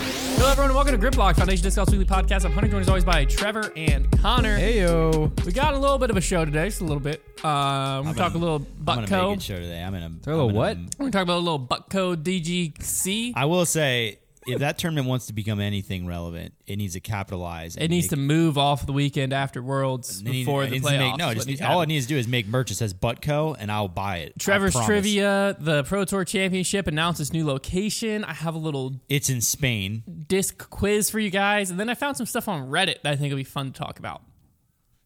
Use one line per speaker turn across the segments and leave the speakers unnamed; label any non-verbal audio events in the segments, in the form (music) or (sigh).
everyone, and welcome to Grip Block Foundation Disc Golf Weekly Podcast. I'm Hunter, joined as always by Trevor and Connor.
Heyo.
We got a little bit of a show today, just a little bit. Um, we
I'm
talk a
in-
little
I'm gonna make
Buckco.
it show today. I'm in a.
Throw a
I'm in
what?
We're gonna talk about a little Buckco DGC.
I will say, if that tournament wants to become anything relevant, it needs to capitalize.
It needs to move off the weekend after Worlds before the playoffs.
Make, no,
is what
it just needs,
needs to
all it
happen.
needs to do is make merch that says Butco, and I'll buy it. I
Trevor's
promise.
Trivia, the Pro Tour Championship announced its new location. I have a little
It's in Spain.
disc quiz for you guys, and then I found some stuff on Reddit that I think will be fun to talk about.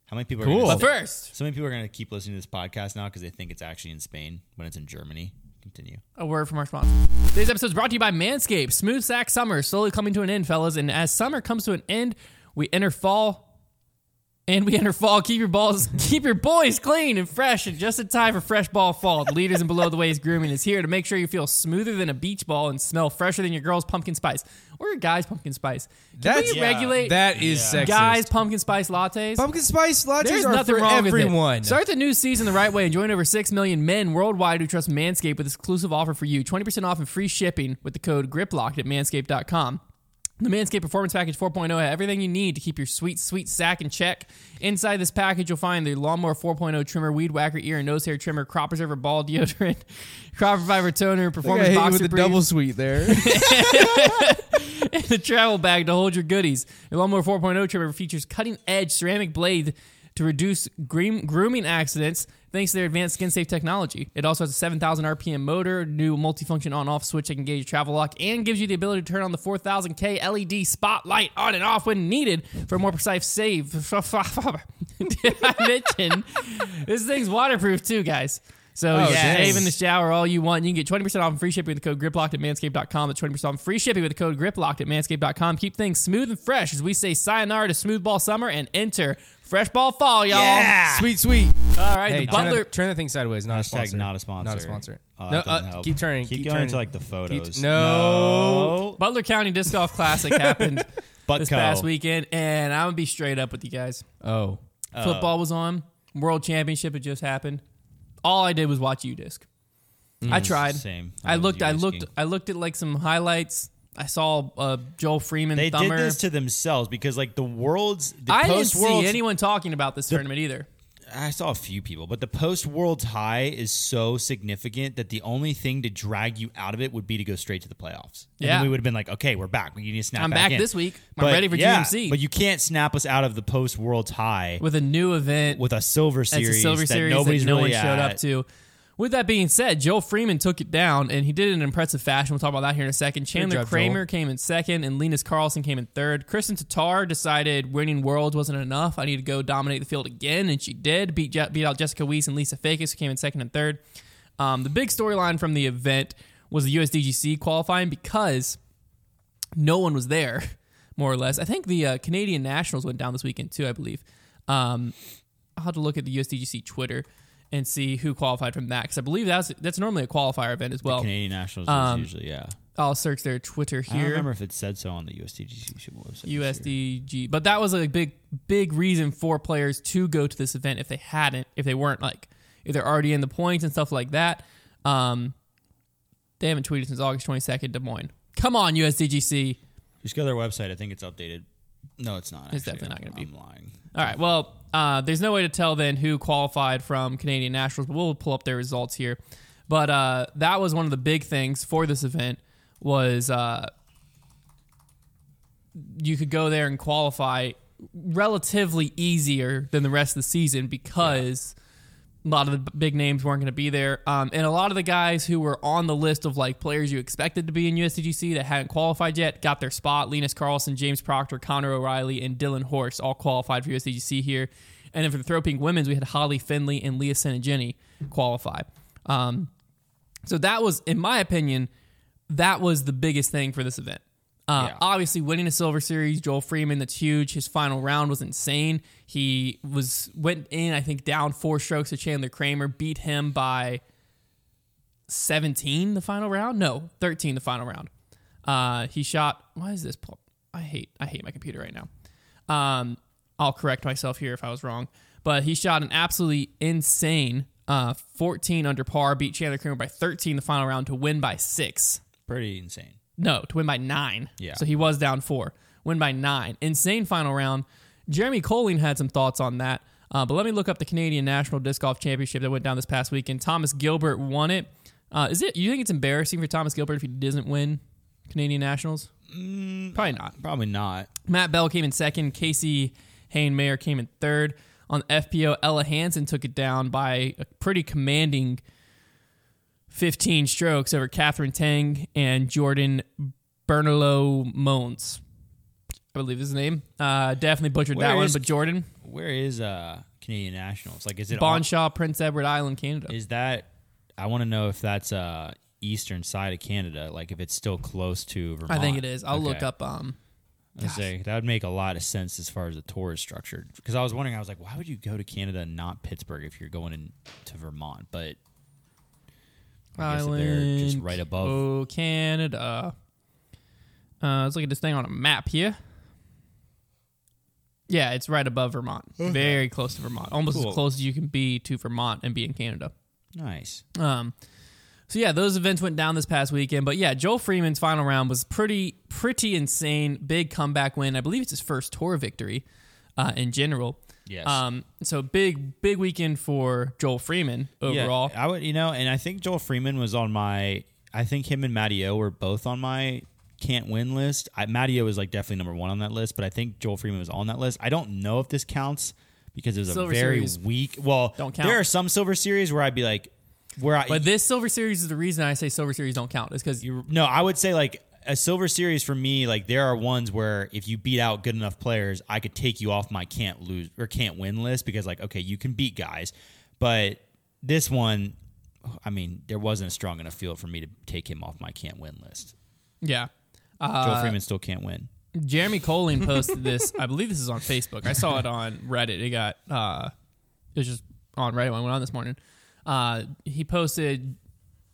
How many people?
Cool.
Are
But
gonna,
first,
so many people are going to keep listening to this podcast now because they think it's actually in Spain when it's in Germany. Continue.
a word from our sponsor. Today's episode is brought to you by Manscaped. Smooth sack summer is slowly coming to an end, fellas, and as summer comes to an end, we enter fall. And we enter fall. Keep your balls, (laughs) keep your boys clean and fresh, and just in time for fresh ball fall. The leaders and below the waist grooming is here to make sure you feel smoother than a beach ball and smell fresher than your girl's pumpkin spice or your guy's pumpkin spice. Can
That's-
we
Yeah.
regulate
That is sexist.
guys' pumpkin spice lattes?
pumpkin spice lattes
There's
are
nothing
for
wrong
everyone.
with it. Start the new season the right way and join over 6 million men worldwide who trust Manscaped with this exclusive offer for you. 20% off and free shipping with the code GRIPLOCKED at manscaped.com. The Manscaped Performance Package 4.0 has everything you need to keep your sweet, sweet sack in check. Inside this package, you'll find the Lawnmower 4.0 trimmer, weed whacker, ear and nose hair trimmer, crop preserver ball deodorant, (laughs) crop reviver toner,
I
performance
hit you
boxer
with the
briefs
double sweet there. (laughs)
(laughs) the travel bag to hold your goodies. Your Lawnmower 4.0 trimmer features cutting edge ceramic blade to reduce groom- grooming accidents thanks to their advanced skin safe technology. It also has a 7,000 RPM motor, new multifunction on off switch that can engage travel lock, and gives you the ability to turn on the 4000K LED E spotlight on and off when needed for a more precise save. (laughs) Did I mention this thing's waterproof too, guys? So
Oh,
you can
yes.
shave in the shower all you want. You can get 20% off and free shipping with the code GRIPLOCKED at manscaped.com. That's 20% off and free shipping with the code GRIPLOCKED at manscaped.com. Keep things smooth and fresh as we say sayonara to smooth ball summer and enter fresh ball fall, y'all.
(laughs) Sweet, sweet.
All right,
Hey,
the
turn,
butler.
that, turn that thing sideways. Not a
Hashtag
sponsor.
not a sponsor.
Not a sponsor.
Oh,
no,
that doesn't
uh,
help.
keep turning.
Keep,
Keep,
going
turning.
to like the photos.
no.
Butler County Disc Golf
(laughs)
Classic happened
Butco.
this past weekend, and I'm gonna be straight up with you guys.
Oh.
Football was on, World Championship had just happened. All I did was watch U Disc. I tried.
Mm, Same.
I
was
looked. I looked.
U-disking.
I looked at like some highlights. I saw uh, Joel Freeman.
They
thumber.
did this to themselves because like the world's. The
I didn't
post world's,
see anyone talking about this tournament either.
I saw a few people, but the post world's high is so significant that the only thing to drag you out of it would be to go straight to the playoffs. And then
Yeah.
we would have been like, okay, we're back. We need to snap.
I'm
back,
back
in.
this week. I'm ready for
yeah,
GMC.
But you can't snap us out of the post world's high
With
with,
a new event,
a silver series.
that's a silver
that
series
nobody's
that no
really
one showed
at.
up to. With that being said, Joel Freeman took it down, and he did it in impressive fashion. We'll talk about that here in a second. Chandler
job, Joel.
Kramer came in second, and Linus Carlson came in third. Kristen Tatar decided winning worlds wasn't enough. I need to go dominate the field again, and she did. Beat Je- beat out Jessica Weiss and Lisa Fakis, who came in second and third. Um, the big storyline from the event was the USDGC qualifying because no one was there, (laughs) more or less. I think the uh, Canadian Nationals went down this weekend too, I believe. Um, I'll have to look at the USDGC Twitter and see who qualified from that because I believe that's that's normally a qualifier event as well.
Canadian Nationals is usually yeah.
I'll search their Twitter
I don't
here.
remember if it said so on the USDGC show. website this year.
USDG, but that was a big big reason for players to go to this event if they hadn't, if they weren't like if they're already in the points and stuff like that. Um, they haven't tweeted since August twenty second, Des Moines. Come on, USDGC.
Just go to their website. I think it's updated. No, it's not.
It's definitely
actually.
not gonna be.
I'm lying.
All right. Well, uh, there's no way to tell then who qualified from Canadian Nationals, but we'll pull up their results here. But uh, that was one of the big things for this event was uh, you could go there and qualify relatively easier than the rest of the season because a lot of the b- big names weren't going to be there. Um, and a lot of the guys who were on the list of like players you expected to be in USDGC that hadn't qualified yet got their spot. Linus Carlson, James Proctor, Connor O'Reilly, and Dylan Horse all qualified for USDGC here. And then for the Throw Pink Women's, we had Holly Finley and Leah Senegini qualify. Um, so that was, in my opinion, that was the biggest thing for this event. Uh,
Yeah.
Obviously, winning a silver series, Joel Freeman, that's huge. His final round was insane. He was went in, I think, down four strokes to Chandler Kramer, beat him by seventeen the final round. No, thirteen the final round. Uh, he shot. Why is this? pl- I hate. I hate my computer right now. Um, I'll correct myself here if I was wrong, but he shot an absolutely insane uh, 14 under par, beat Chandler Kramer by 13 the final round to win by six.
Pretty insane.
No, to win by nine.
Yeah.
So he was down four. Win by nine. Insane final round. Jeremy Colleen had some thoughts on that. Uh, but let me look up the Canadian National Disc Golf Championship that went down this past weekend. Thomas Gilbert won it. Uh, is it? You think it's embarrassing for Thomas Gilbert if he doesn't win Canadian Nationals? Probably not.
Probably not.
Matt Bell came in second. Casey Hayne Mayer came in third. On FPO, Ella Hansen took it down by a pretty commanding 15 strokes over Catherine Tang and Jordan Bernalo Mones. I believe is his name. Uh, definitely butchered that
Where
one,
is-
but Jordan.
Where is uh Canadian Nationals? Like, is it on,
Bonshaw, Prince Edward Island, Canada.
Is that? I want to know if that's uh eastern side of Canada. Like, if it's still close to Vermont.
I think it is. I'll look
Okay.
up. Um,
I was saying, that would make a lot of sense as far as the tour is structured. Because I was wondering, I was like, why would you go to Canada and not Pittsburgh if you're going in to Vermont? But I guess if they're just
Island,
right above.
Oh, Canada. Uh, let's look at this thing on a map here. Yeah, it's right above Vermont. Very close to Vermont. Almost
Cool.
as close as you can be to Vermont and be in Canada.
nice.
Um, so yeah, those events went down this past weekend. But yeah, Joel Freeman's final round was pretty pretty insane. Big comeback win. I believe it's his first tour victory uh, in general.
Yes.
Um, so big big weekend for Joel Freeman overall.
Yeah, I would, you know, and I think Joel Freeman was on my. I think him and Matty O were both on my can't win list. I, Matty O was like definitely number one on that list, but I think Joel Freeman was on that list. I don't know if this counts because it was
Silver
a very
Series.
weak. Well,
Don't count.
There are some Silver Series where I'd be like, where I
But this Silver Series is the reason I say Silver Series don't count. Is because
you no, I would say like a silver series for me. Like there are ones where if you beat out good enough players, I could take you off my can't lose or can't win list because like okay, you can beat guys, but this one, I mean, there wasn't a strong enough field for me to take him off my can't win list.
yeah,
Joe Freeman still can't win.
Jeremy Colleen posted this. I believe this is on Facebook. I saw it on Reddit. It got uh, it was just on Reddit when I went on this morning. Uh, he posted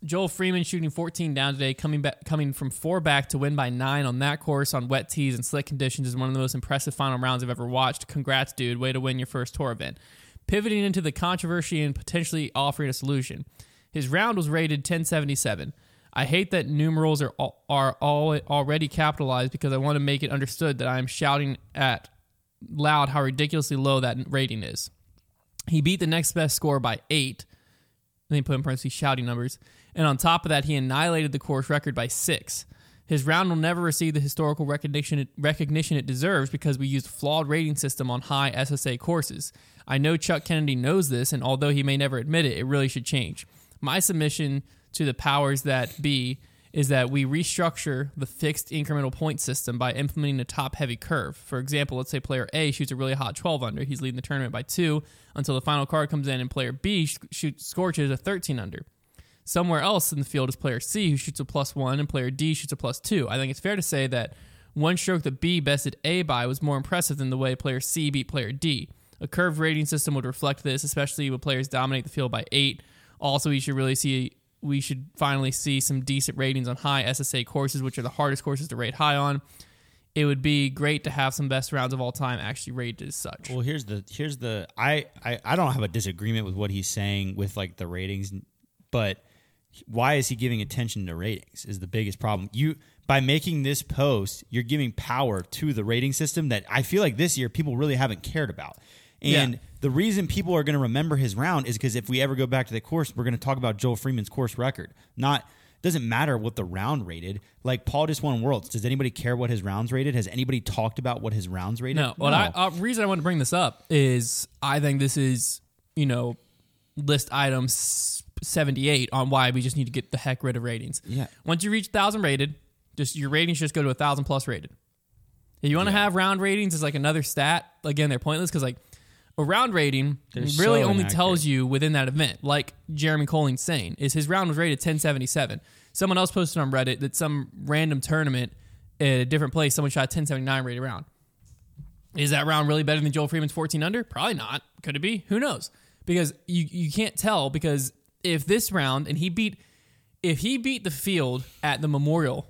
Joel Freeman shooting 14 down today, coming back coming from four back to win by nine on that course on wet tees and slick conditions is one of the most impressive final rounds I've ever watched. Congrats, dude! Way to win your first tour event. Pivoting into the controversy and potentially offering a solution. His round was rated 1077. I hate that numerals are al- are all already capitalized because I want to make it understood that I am shouting at loud how ridiculously low that rating is. He beat the next best score by eight. And they put in parentheses shouting numbers. And on top of that, he annihilated the course record by six. His round will never receive the historical recognition it, recognition it deserves because we used flawed rating system on high SSA courses. I know Chuck Kennedy knows this, and although he may never admit it, it really should change. My submission to the powers that be is that we restructure the fixed incremental point system by implementing a top heavy curve. For example, let's say player A shoots a really hot 12 under. He's leading the tournament by two until the final card comes in and player B sh- shoots, scorches a 13 under. Somewhere else in the field is player C who shoots a plus one and player D shoots a plus two. I think it's fair to say that one stroke that B bested A by was more impressive than the way player C beat player D. A curved rating system would reflect this, especially when players dominate the field by eight. Also, we should really see we should finally see some decent ratings on high SSA courses, which are the hardest courses to rate high on. It would be great to have some best rounds of all time actually rated as such.
Well, here's the here's the I, I I don't have a disagreement with what he's saying with like the ratings, but why is he giving attention to ratings is the biggest problem. You by making this post, you're giving power to the rating system that I feel like this year people really haven't cared about. And
Yeah.
the reason people are going to remember his round is because if we ever go back to the course, we're going to talk about Joel Freeman's course record. Not doesn't matter what the round rated. Like Paul just won worlds. Does anybody care what his rounds rated? Has anybody talked about what his rounds rated?
No, what I uh, reason I want to bring this up is I think this is you know list item seventy eight on why we just need to get the heck rid of ratings.
Yeah.
Once you reach thousand rated, just your ratings just go to a thousand plus rated. If you want to have round ratings, is like another stat. Again, they're pointless because like a round rating
They're
really
so
only
inaccurate.
tells you within that event. Like Jeremy Colling saying, is his round was rated 1077. Someone else posted on Reddit that some random tournament at a different place, someone shot a 1079 rated round. Is that round really better than Joel Freeman's 14 under? Probably not. Could it be? Who knows? Because you you can't tell because if this round and he beat if he beat the field at the Memorial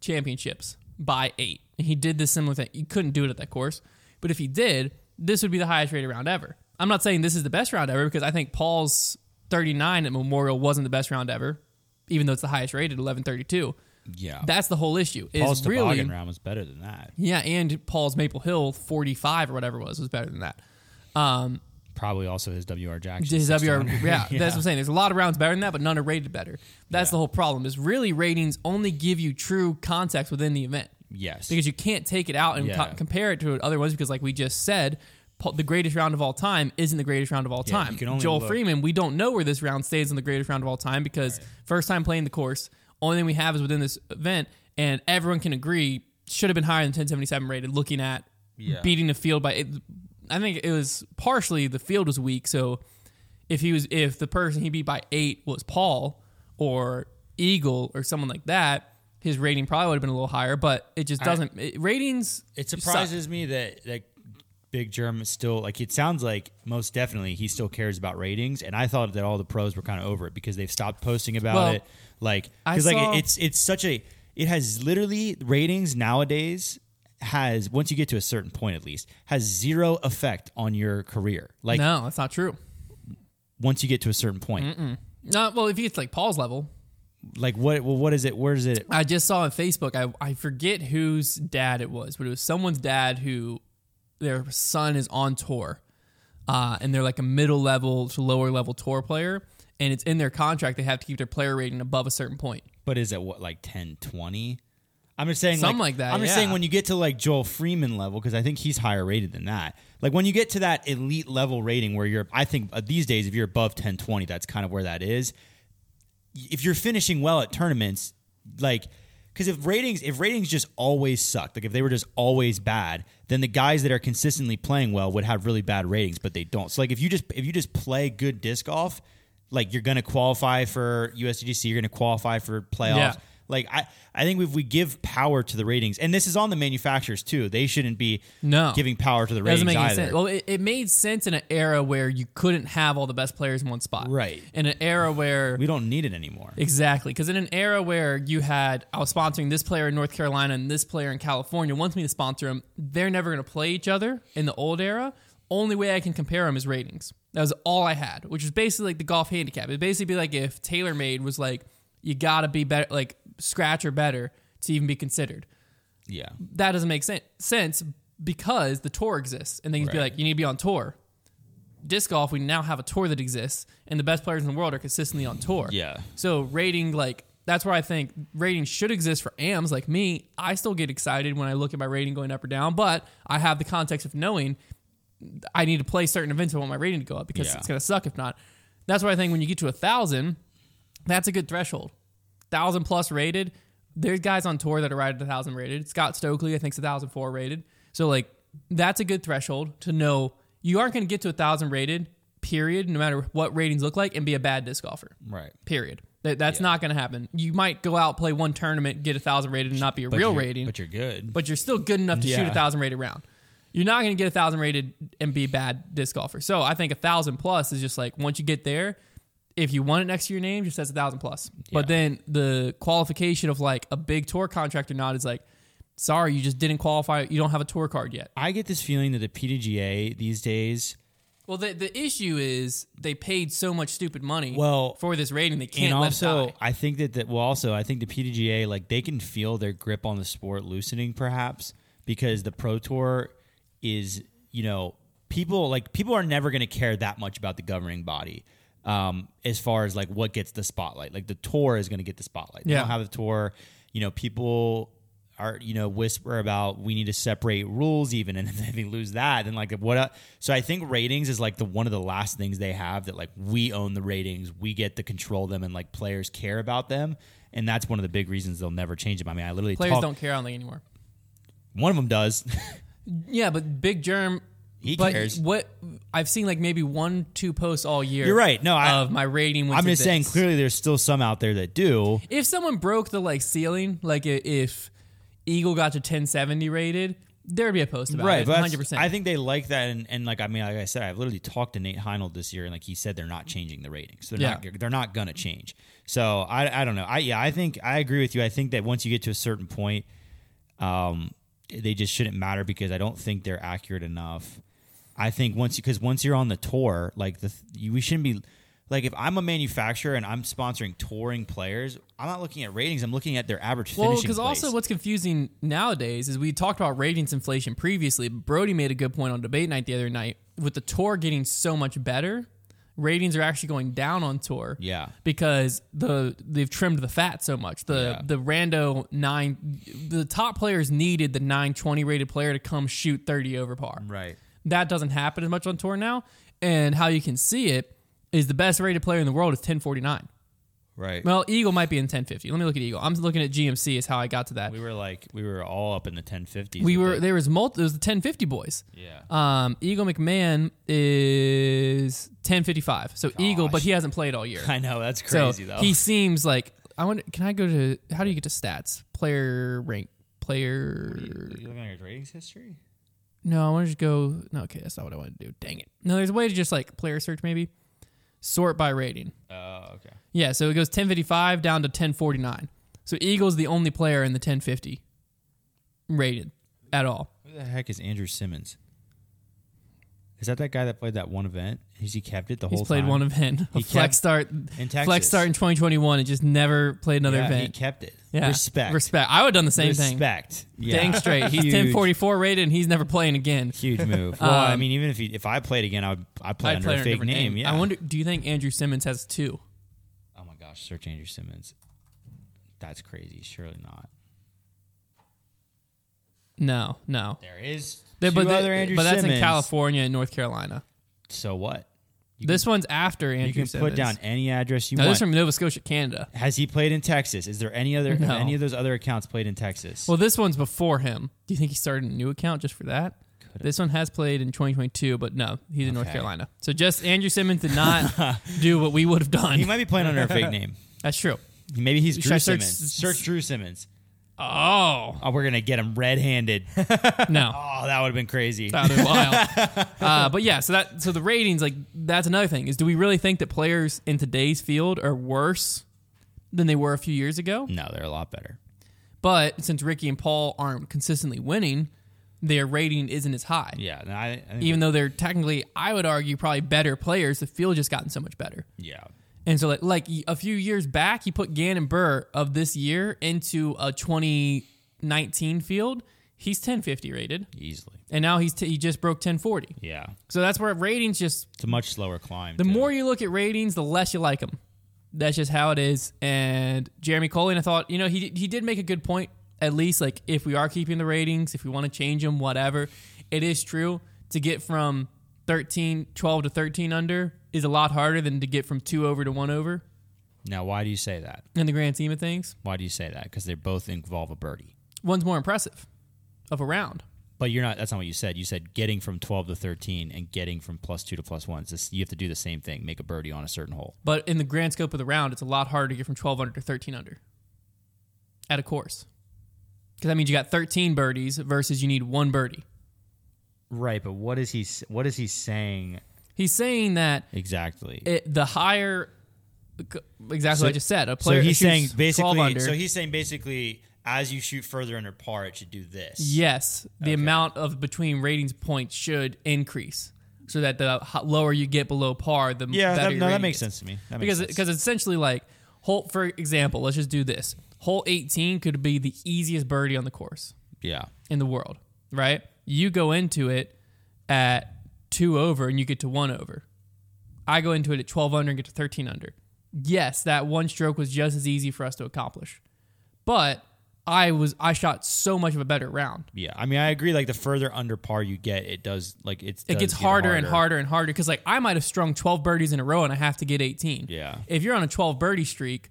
Championships by 8 and he did this similar thing. You couldn't do it at that course, but if he did, this would be the highest rated round ever. I'm not saying this is the best round ever because I think Paul's 39 at Memorial wasn't the best round ever, even though it's the highest rated 1132.
Yeah.
That's the whole issue. Is
Paul's
really
toboggan round was better than that.
yeah, and Paul's Maple Hill 45 or whatever it was was better than that. Um,
Probably also his WR Jackson.
his WR, (laughs)
600.
yeah, that's what I'm saying. There's a lot of rounds better than that, but none are rated better. That's the whole problem. Is really ratings only give you true context within the event
Yes.
because you can't take it out and
Yeah.
co- compare it to other ones because, like we just said, Paul, the greatest round of all time isn't the greatest round of all
Yeah, you
time.
can only
Joel
look.
Freeman, we don't know where this round stays in the greatest round of all time because first time playing the course, only thing we have is within this event, and everyone can agree should have been higher than 1077 rated. Looking at
Yeah.
beating the field by, it, I think it was partially the field was weak, so if he was if the person he beat by eight was Paul or Eagle or someone like that, his rating probably would have been a little higher. But it just doesn't it, ratings.
It
suck.
surprises me that that Big Germ is still like it sounds like most definitely he still cares about ratings, and I thought that all the pros were kind of over it because they've stopped posting about
Well,
it. Like
I
because like
saw-
it, it's it's such a it has literally ratings nowadays has once you get to a certain point at least has zero effect on your career. Like
No, that's not true.
once you get to a certain point,
No, well, if he gets like Paul's level,
like what well, what is it? Where is it?
I just saw on Facebook. I I forget whose dad it was, but it was someone's dad who their son is on tour, uh, and they're like a middle level to lower level tour player, and it's in their contract they have to keep their player rating above a certain point.
But is it what like 10, 20? I'm just saying
Something like that,
I'm just
yeah.
saying when you get to like Joel Freeman level because I think he's higher rated than that. Like when you get to that elite level rating where you're I think uh, these days if you're above 10 20 that's kind of where that is. Y- If you're finishing well at tournaments like because if ratings if ratings just always sucked, like if they were just always bad, then the guys that are consistently playing well would have really bad ratings, but they don't. So like if you just if you just play good disc golf, like you're gonna qualify for USDGC, you're gonna qualify for playoffs.
Yeah.
Like I, I think if we give power to the ratings, and this is on the manufacturers too, they shouldn't be
No.
giving power to the ratings
doesn't make any
either.
sense. Well, it, it made sense in an era where you couldn't have all the best players in one spot.
Right.
In an era where
we don't need it anymore.
exactly because in an era where you had I was sponsoring this player in North Carolina and this player in California wants me to sponsor them. They're never going to play each other in the old era. Only way I can compare them is ratings. That was all I had, which was basically like the golf handicap. It'd basically be like if TaylorMade was like, you got to be better, like scratch or better to even be considered
yeah,
that doesn't make sen- sense because the tour exists and they can be
Right.
like you need to be on tour disc golf we now have a tour that exists and the best players in the world are consistently on tour
Yeah.
so rating like that's where i think rating should exist for ams like me i still get excited when i look at my rating going up or down but i have the context of knowing i need to play certain events i want my rating to go up because
Yeah.
it's going to suck if not that's why i think when you get to a thousand that's a good threshold. Thousand plus rated. There's guys on tour that are right at a thousand rated. Scott Stokely, I think, is a thousand four rated. So like that's a good threshold to know you aren't going to get to a thousand rated. Period. No matter what ratings look like, and be a bad disc golfer.
right.
Period. That, that's not going to happen. You might go out play one tournament, get a thousand rated, and not be a real
you're-
rating,
but you're good.
but you're still good enough to shoot
Yeah.
a thousand rated round. You're not going to get a thousand rated and be a bad disc golfer. So I think a thousand plus is just like once you get there, if you want it next to your name, just says a thousand plus. But then the qualification of like a big tour contract or not is like, sorry, you just didn't qualify. You don't have a tour card yet.
I get this feeling that the PDGA these days,
Well, the, the issue is they paid so much stupid money
Well,
for this rating they can't
and
let it
also
die.
I think that that well, also I think the PDGA like they can feel their grip on the sport loosening perhaps because the Pro Tour is you know people like people are never going to care that much about the governing body. Um, as far as like what gets the spotlight, like the tour is going to get the spotlight. They
Yeah.
don't have the tour. You know, people are you know whisper about we need to separate rules even, and (laughs) if they lose that, then like what? el- So I think ratings is like the one of the last things they have that like we own the ratings, we get to control them, and like players care about them, and that's one of the big reasons they'll never change them. I mean, I literally
Players
talk-
don't care on the anymore.
One of them does. (laughs)
Yeah, but Big Germ.
He
but
cares.
What I've seen like maybe one, two posts all year.
You're right. No, I-
of my rating. Went
I'm
to
just saying.
this.
Clearly, there's still some out there that do.
If someone broke the like ceiling, like i- if Eagle got to 1070 rated, there'd be a post about it.
right, but
100.
I
percent
think they like that, and, and like I mean, like I said, I've literally talked to Nate Heinold this year, and like he said, they're not changing the ratings. They're
Yeah.
not. They're not gonna change. So I, I don't know. I yeah, I think I agree with you. I think that once you get to a certain point, um, they just shouldn't matter because I don't think they're accurate enough. I think once because once you're on the tour, like the you, we shouldn't be Like if I'm a manufacturer and I'm sponsoring touring players, I'm not looking at ratings. I'm looking at their average
Well,
finishing
because
place.
also what's confusing nowadays is we talked about ratings inflation previously. But Brody made a good point on debate night the other night with the tour getting so much better. Ratings are actually going down on tour.
Yeah.
because the they've trimmed the fat so much. The
Yeah.
the rando nine, the top players needed the nine twenty rated player to come shoot thirty over par.
right.
That doesn't happen as much on tour now. And how you can see it is the best rated player in the world is ten forty nine.
Right.
Well, Eagle might be in 1050. Let me look at Eagle. I'm looking at GMC is how I got to that.
we were like we were all up in the 1050s.
We
with
were
it.
there was multi. There was the 1050 boys.
Yeah.
Um, Eagle McMahon is 1055. So Eagle, but he hasn't played all year.
(laughs) I know that's
so
crazy though.
he seems like I wonder. Can I go to? How do you get to stats? Player rank. Player.
you looking at his ratings history?
No, I want to just go. No, okay, that's not what I want to do. Dang it. No, there's a way to just like player search maybe. Sort by rating.
Oh, okay.
Yeah, so it goes 1055 down to 1049. So Eagle's the only player in the 1050 rated at all.
Who the heck is Andrew Simmons? Is that that guy that played that one event? Is he kept it the
He's
whole
played
time?
one event.
He kept-
(laughs) Flex start
in Texas.
Flex start in 2021 and just never played another
yeah, He
event.
kept it.
yeah.
Respect.
Respect. I would have done the same thing.
Respect. Yeah.
Dang straight. He's
(laughs) Huge.
1044 rated and he's never playing again.
Huge
(laughs)
move. Well, I mean, even if he, if I played again, I would I play
Um, I'd
under
play
a
under a
fake
different
name. Yeah.
I wonder do you think Andrew Simmons has two?
Oh my gosh, search Andrew Simmons. That's crazy. Surely not.
No, no.
There is
There-
two
but there-
other Andrew
but that's
Simmons.
in California and North Carolina.
So what? You
this one's after Andrew
You can
Simmons.
put down any address you
No, this
want.
is from Nova Scotia, Canada.
Has he played in Texas? Is there any other
No.
any of those other accounts played in Texas?
Well, this one's before him. Do you think he started a new account just for that? This one has played in 2022, but no, he's in North
Okay.
Carolina. So just Andrew Simmons did
(laughs)
not do what we would have
he
done.
might be playing under a fake name.
(laughs) That's true.
Maybe he's
I
Drew
search-
Simmons. Search Drew Simmons.
Oh
Oh, we're gonna get
(laughs)
him red-handed. oh,
no,
that would have been crazy.
that would wild. (laughs) Uh, but yeah, so that so the ratings like that's another thing is do we really think that players in today's field are worse than they were a few years ago?
No, they're a lot better.
But since Ricky and Paul aren't consistently winning, their rating isn't as high.
Yeah, no, I, I think
even though they're technically, I would argue, probably better players, the field just gotten so much better.
yeah,
And so, like, like a few years back, you put Gannon Burr of this year into a 2019 field. He's 1050 rated,
easily.
and now he's t- he just broke 1040.
Yeah,
So that's where ratings just
it's a much slower climb.
the
too.
more you look at ratings, the less you like them. That's just how it is. And Jeremy Colin, I thought, you know, he he did make a good point. At least, like, if we are keeping the ratings, if we want to change them, whatever, it is true to get from 13, 12 to 13 under is a lot harder than to get from two over to one over
now, why do you say that?
in the grand scheme of things.
Why do you say that? Because they both involve a birdie.
One's more impressive of a round.
But you're not. That's not what you said. You said getting from 12 to 13 and getting from plus two to plus one. It's just- you have to do the same thing. Make a birdie on a certain hole.
But in the grand scope of the round, it's a lot harder to get from 12 under to 13 under at a course. Because that means you got 13 birdies versus you need one birdie.
Right. But what is he? What is he saying
He's saying that
exactly?
it, the higher, exactly what I just said. A
so
player who
he's saying
shoots 12
basically.
under,
So he's saying basically, as you shoot further under par, it should do this.
yes, the amount of between ratings points should increase, so that the h- lower you get below par, the
Yeah.
better
That,
your
no, that
rating
makes
is.
sense to me. That
because
makes
because
sense.
essentially like hole for example, let's just do this. Hole 18 could be the easiest birdie on the course.
yeah.
in the world, right? You go into it at two over and you get to one over. I go into it at 12 under and get to 13 under. Yes, that one stroke was just as easy for us to accomplish. But I was I shot so much of a better round.
Yeah. I mean, I agree. Like the further under par you get, it does like it's
It gets harder, and harder and harder because like I might have strung 12 birdies in a row and I have to get 18.
Yeah.
If you're on a 12 birdie streak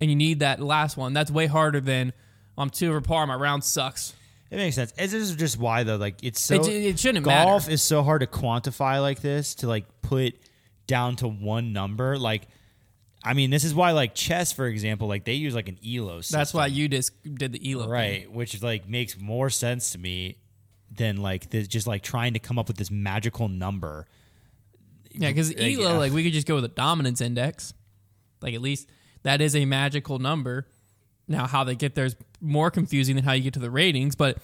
and you need that last one, that's way harder than I'm two over par, my round sucks.
It makes sense. This is just why though. Like it's so
It- it shouldn't
golf is so hard to quantify like this to like put down to one number. Like, I mean, this is why like chess, for example, like they use like an ELO. System,
That's why you just did the ELO. thing.
right, which like makes more sense to me than like this, just like trying to come up with this magical number.
Yeah, because
Like,
Elo,
yeah.
like we could just go with a dominance index. Like at least that is a magical number. Now, how they get there is more confusing than how you get to the ratings, but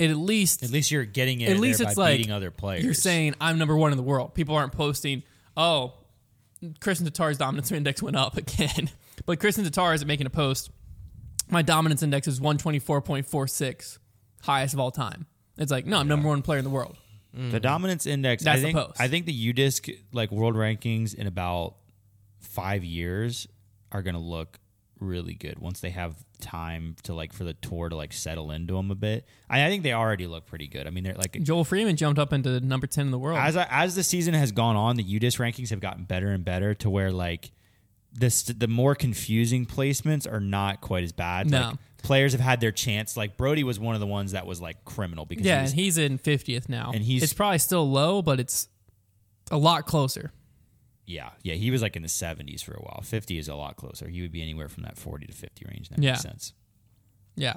it at least
At least you're getting it.
at least
there
it's
by
like
beating other players.
You're saying I'm number one in the world. People aren't posting, oh, Kristen Tatar's dominance index went up (laughs) again. But Kristen Tatar isn't making a post. My dominance index is 124.46, highest of all time. It's like, no, I'm number one player in the world.
The dominance index.
That's
I
the
think,
post.
I think the UDisc like world rankings in about five years are going to look really good once they have time to like for the tour to like settle into them a bit. I, I think they already look pretty good. I mean, they're like
Joel Freeman jumped up into number 10 in the world.
as I, as the season has gone on, the UDIS rankings have gotten better and better to where like this the more confusing placements are not quite as bad.
No.
Like, players have had their chance. Like Brody was one of the ones that was like criminal because he
yeah,
was-
and he's in 50th now.
And he's-
it's probably still low, but it's a lot closer.
yeah yeah he was like in the seventies for a while. Fifty is a lot closer. He would be anywhere from that forty to fifty range. That
Yeah.
makes sense.
Yeah.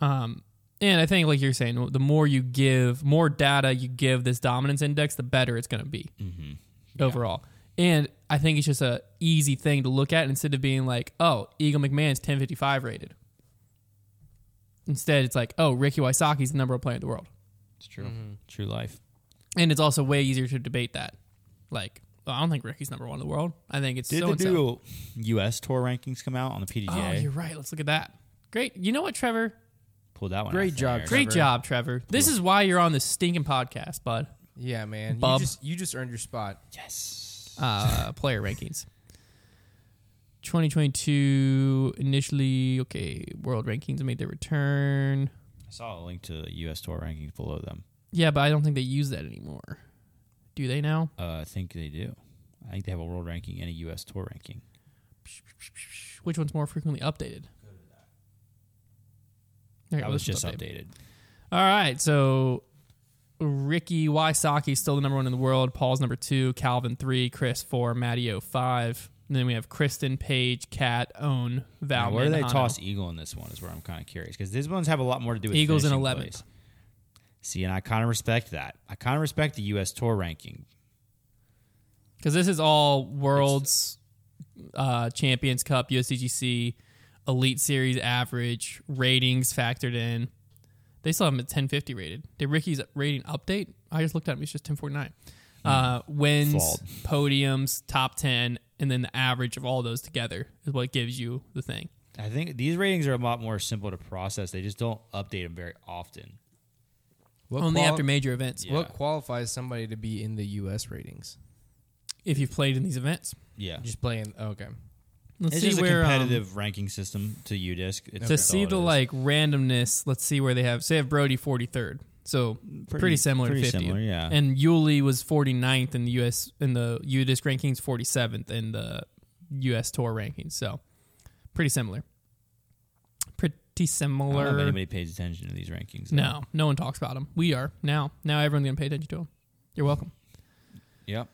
Um, and I think, like you're saying, the more you give, more data you give this dominance index, the better it's going to be
Mm-hmm.
overall. And I think it's just a easy thing to look at instead of being like, oh, Eagle McMahon's 1055 rated. Instead, it's like, oh, Ricky Wysocki's the number one player in the world.
It's true. True life.
And it's also way easier to debate that. Like, well, I don't think Ricky's number one in the world. I think it's
Did
so and
the
so.
new U.S. tour rankings come out on the PDGA?
Oh, you're right. Let's look at that. Great. You know what, Trevor?
Pulled that one.
Great
out
job,
there.
Great
Trevor.
job, Trevor. This is why you're on this stinking podcast, bud.
Yeah, man.
Bub.
You just you just earned your spot.
Yes.
uh, (laughs) player rankings. 2022 initially okay world rankings made their return.
I saw a link to the U.S. tour rankings below them.
Yeah, but I don't think they use that anymore. Do they now?
Uh, I think they do. I think they have a world ranking and a U.S. tour ranking.
Which one's more frequently updated? There it
that was
let's
just
update.
updated.
All right, so Ricky Wysocki still the number one in the world. Paul's number two. Calvin three. Chris four. Matteo five. And then we have Kristen, Page, Cat, Own, Val.
Now, where do they
Manjano.
toss Eagle in this one is where I'm kind of curious because these ones have a lot more to do with
Eagles in
finishing
11th.
place. See, and I kind of respect that. I kind of respect the U.S. tour ranking.
because this is all worlds uh, champions cup uscgc elite series average ratings factored in they still have him at 1050 rated did ricky's rating update i just looked at him it's just 1049 uh, wins
Hmm. Flawed.
podiums top 10 and then the average of all those together is what gives you the thing
I think these ratings are a lot more simple to process. They just don't update them very often.
What
only
quali-
after major events
Yeah.
What qualifies somebody to be in the U.S. ratings?
if you've played in these events
Yeah,
Just playing. oh, Okay.
let's
it's
see
just
where
a
um,
competitive ranking system to UDisc. It's
to
that's all
see
it
the
is.
like randomness, let's see where they have. So they have Brody 43rd, so pretty, similar
pretty
to 50.
similar, yeah.
And Yuli was 49th in the US in the UDisc rankings, 47th in the US Tour rankings. So pretty similar. Pretty
I don't know if
similar.
anybody pays attention to these rankings. though.
No, no one talks about them. We are now. Now everyone's gonna pay attention to them. You're welcome.
Yep.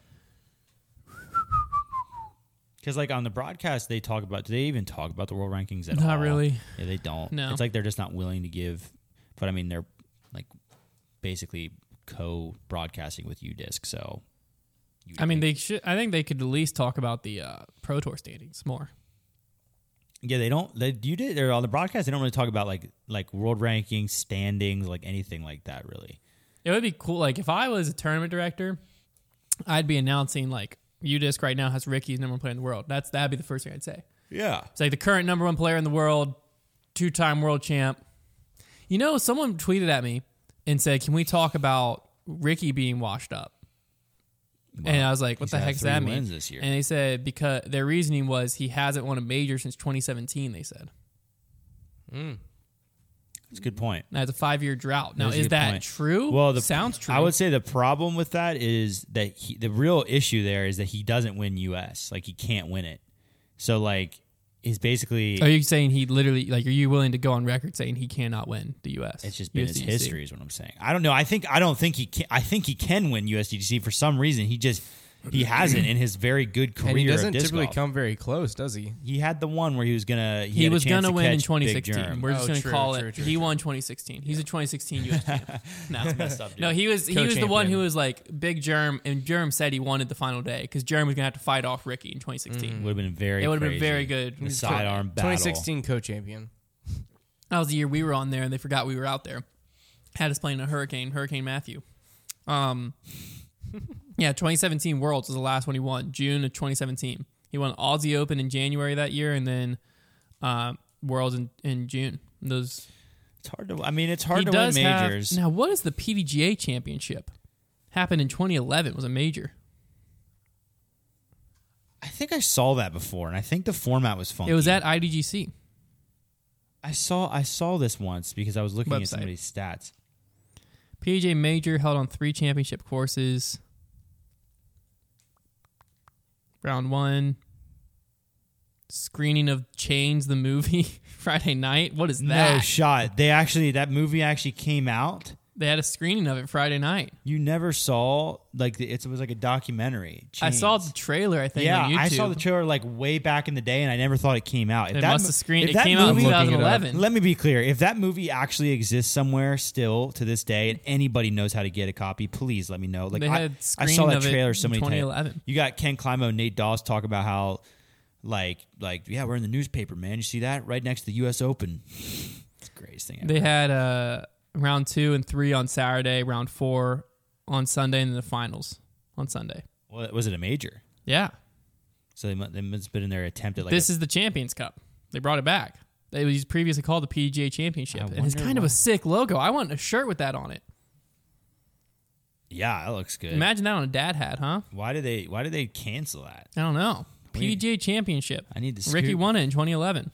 Because like on the broadcast, they talk about. Do they even talk about the world rankings at all?
Not really.
Yeah, they don't.
No.
It's like they're just not willing to give. But I mean, they're like basically co-broadcasting with UDisc, so. you
I mean,
think-
they should. I think they could at least talk about the uh, Pro Tour standings more.
yeah, they don't. They, you did. They're on the broadcast. They don't really talk about like like world rankings, standings, like anything like that. Really.
It would be cool. Like if I was a tournament director, I'd be announcing like UDisc right now has Ricky's number one player in the world. That's that'd be the first thing I'd say.
Yeah.
It's like the current number one player in the world, two time world champ. You know, someone tweeted at me and said, "Can we talk about Ricky being washed up?" and uh, I was like, "What
he's
the
had
heck does
three
that mean?"
wins this year.
And they said because their reasoning was he hasn't won a major since 2017. They said
That's a good point.
that's a five year drought. Now
That's a
is
good
that
point.
true?
Well, the,
sounds true.
I would say the problem with that is that he, the real issue there is that he doesn't win U.S. Like he can't win it. So like he's basically
Are you saying he literally like? Are you willing to go on record saying he cannot win the U.S.?
it's just been his
USDC?
history is what I'm saying. I don't know. I think I don't think he can. I think he can win USDC for some reason. He just he hasn't in his very good career.
And he doesn't
of disc
typically
golf.
come very close, does he?
He had the one where he was gonna. He,
He,
had a
was
chance
gonna
to
win in
catch Big
2016.
Germ.
We're just
Oh,
gonna
true,
call
true,
it.
true,
he won 2016. He's a 2016
(laughs)
U.S. champ. No, no,
dude.
he was he was the
Co-champion.
one who was like big Germ, and Germ said he wanted the final day because Germ was gonna have to fight off Ricky in 2016.
Would have been very.
It would've been
crazy.
very good.
The sidearm battle.
2016 co-champion.
That was the year we were on there, and they forgot we were out there. Had us playing a hurricane, Hurricane Matthew. Um, (laughs) Yeah, 2017 Worlds was the last one he won, June of 2017. He won Aussie Open in January that year and then uh, Worlds in, in June. Those
It's hard to. I mean, it's hard
he
to win
does have-
majors.
now, what is the PVGA championship? Happened in 2011, It was a major.
I think I saw that before, and I think the format was funky.
It was at IDGC.
I saw I saw this once because I was looking
Website.
at somebody's stats.
PJ Major held on three championship courses. Round one. Screening of Chains, the movie, (laughs) Friday night. What is that?
No shot. They actually that movie actually came out.
they had a screening of it Friday night.
You never saw like the- it was like a documentary.
I saw
Chains.
the trailer, I think,
yeah,
on YouTube.
I saw the trailer like way back in the day, and I never thought it came out. If
It
that
must
mo-
have screened.
if
It
that
came out in
movie-
looking it up.
2011.
Let me be clear. If that movie actually exists somewhere still to this day, and anybody knows how to get a copy, please let me know. Like
They
I,
had
I saw
screening
that
of it
trailer so
in
many times.
2011.
You got Ken Climo, Nate Doss talk about how, like, like yeah, we're in the newspaper, man. You see that right next to the U.S. Open. it's the greatest thing ever.
They had uh, round two and three on Saturday, round four on Sunday, and then the finals on Sunday.
Well, was it a major?
Yeah.
So they must, they must have been in their attempt at like
this
a-
is the Champions Cup. They brought it back. It was previously called the PGA Championship.
I
And it's
wonder
kind of a sick logo. I want a shirt with that on it.
yeah, that looks good.
Imagine that on a dad hat, huh?
why did they why did they cancel that?
I don't know.
Wait.
PGA Championship.
I need to
Ricky
scoop.
won it in 2011.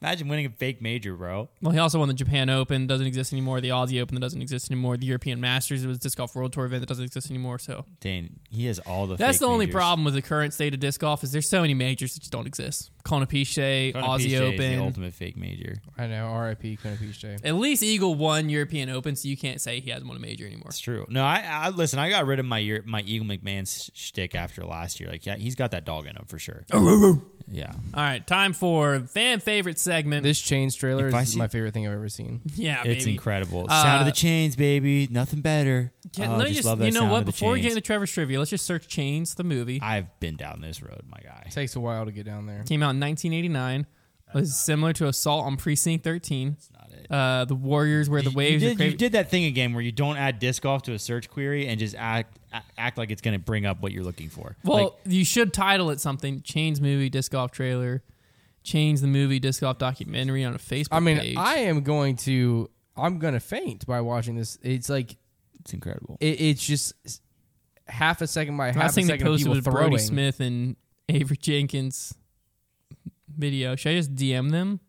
Imagine winning a fake major, bro.
Well, he also won the Japan Open, doesn't exist anymore. The Aussie Open that doesn't exist anymore. The European Masters, it was a disc golf world tour event that doesn't exist anymore. So
Dang, he has all the.
that's
fake
the only
majors.
problem with the current state of disc golf is there's so many majors that just don't exist. Conopiche,
Conor
Aussie
Piché is the
Open.
ultimate fake major.
I know. R.I.P. Konopiche.
At least Eagle won European Open, so you can't say he hasn't won a major anymore.
It's true. No, I, I listen. I got rid of my year, my Eagle McMahon s- shtick after last year. Like, yeah, he's got that dog in him for sure.
Oh,
Yeah,
All right, time for fan favorite segment.
This chains trailer
If I
is
see-
my favorite thing I've ever seen.
yeah,
it's
baby.
incredible. sound of the chains, baby. Nothing better.
Can-
Oh,
let me
just
just,
love that
you know
sound
what?
of the
Before we get
chains.
into Trevor's trivia, let's just search Chains, the movie.
I've been down this road, my guy.
It takes a while to get down there.
Came out in 1989. Was similar to Assault on Precinct 13.
That's not it.
Uh, the Warriors, where the waves
you
are
did,
craving.
you did that thing again where you don't add disc golf to a search query and just act a- act like it's going to bring up what you're looking for.
Well,
Like,
you should title it something. Chains movie disc golf trailer. Chains the movie disc golf documentary on a Facebook.
I mean,
page.
I am going to. I'm gonna faint by watching this. It's like
it's incredible.
it, it's just half a second by half
last
a
thing they
second of
posted
people
was
throwing.
Brody Smith and Avery Jenkins video. Should I just DM them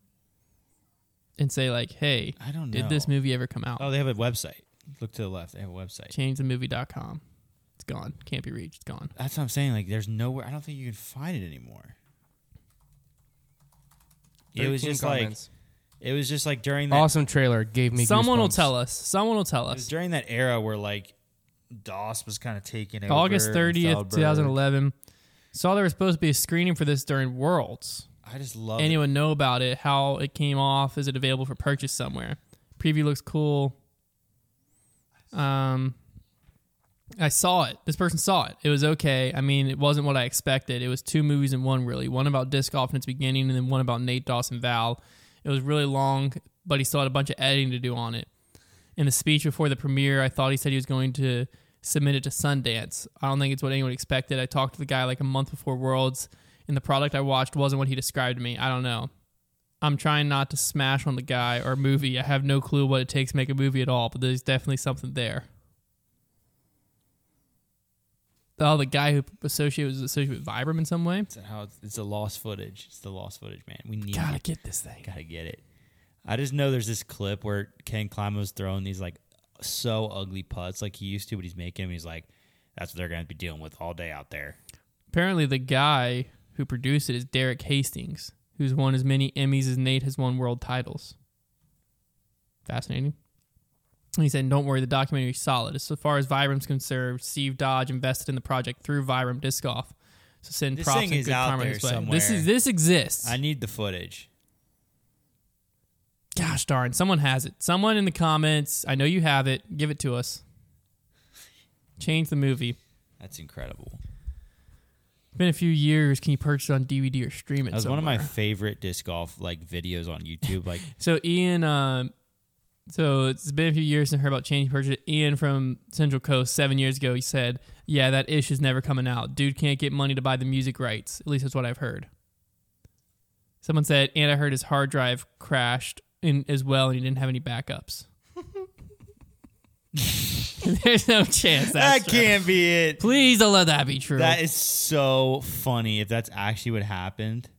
and say like, "Hey,
I don't know.
did this movie ever come out?"
Oh, they have a website. Look to the left. They have a website.
Changethemovie.com. It's gone. Can't be reached. It's gone.
That's what I'm saying. Like, there's nowhere. I don't think you can find it anymore. It was
13
just
comments.
like it was just like during that
awesome trailer gave me.
Someone will
goosebumps.
tell us. Someone will tell
it was
us.
during that era where like DOS was kind of taking over.
August
and
30th,
Feldberg.
2011. Saw there was supposed to be a screening for this during Worlds.
I just love it.
anyone know about it, how it came off, is it available for purchase somewhere? Preview looks cool. Um I saw it. This person saw it. It was okay. I mean, it wasn't what I expected. It was two movies in one really. One about disc golf in its beginning and then one about Nate Dawson Val. It was really long, but he still had a bunch of editing to do on it. In the speech before the premiere, I thought he said he was going to submit it to Sundance. I don't think it's what anyone expected. I talked to the guy like a month before Worlds, and the product I watched wasn't what he described to me. I don't know. I'm trying not to smash on the guy or movie. I have no clue what it takes to make a movie at all, but there's definitely something there. Oh, the guy who associated was associated with Vibram in some way.
It's how it's, it's the lost footage. It's the lost footage, man. We need
Gotta
it.
get this thing.
gotta get it. I just know there's this clip where Ken Climo's throwing these like so ugly putts like he used to, but he's making them. He's like, that's what they're gonna be dealing with all day out there.
Apparently, the guy who produced it is Derek Hastings, who's won as many Emmys as Nate has won world titles. Fascinating. And he said, Don't worry, the documentary is solid. As far as Vibram's concerned, Steve Dodge invested in the project through Vibram Disc Golf. So send
This
props
thing
and
is
good
out
karma
there
his way. This,
somewhere.
is, this exists.
I need the footage.
Gosh darn, someone has it. Someone in the comments. I know you have it. Give it to us. Change the movie.
That's incredible.
It's been a few years. Can you purchase it on DVD or stream it?
That was one of my
somewhere? (laughs)
favorite disc golf like videos on YouTube. Like
So Ian um, So it's been a few years since I heard about changing purchase. Ian from Central Coast seven years ago, he said, "Yeah, that ish is never coming out. Dude can't get money to buy the music rights. At least that's what I've heard." Someone said, "And I heard his hard drive crashed in as well, and he didn't have any backups." (laughs) There's no chance that's
that
true.
can't be it.
Please don't let that be true.
That is so funny. If that's actually what happened,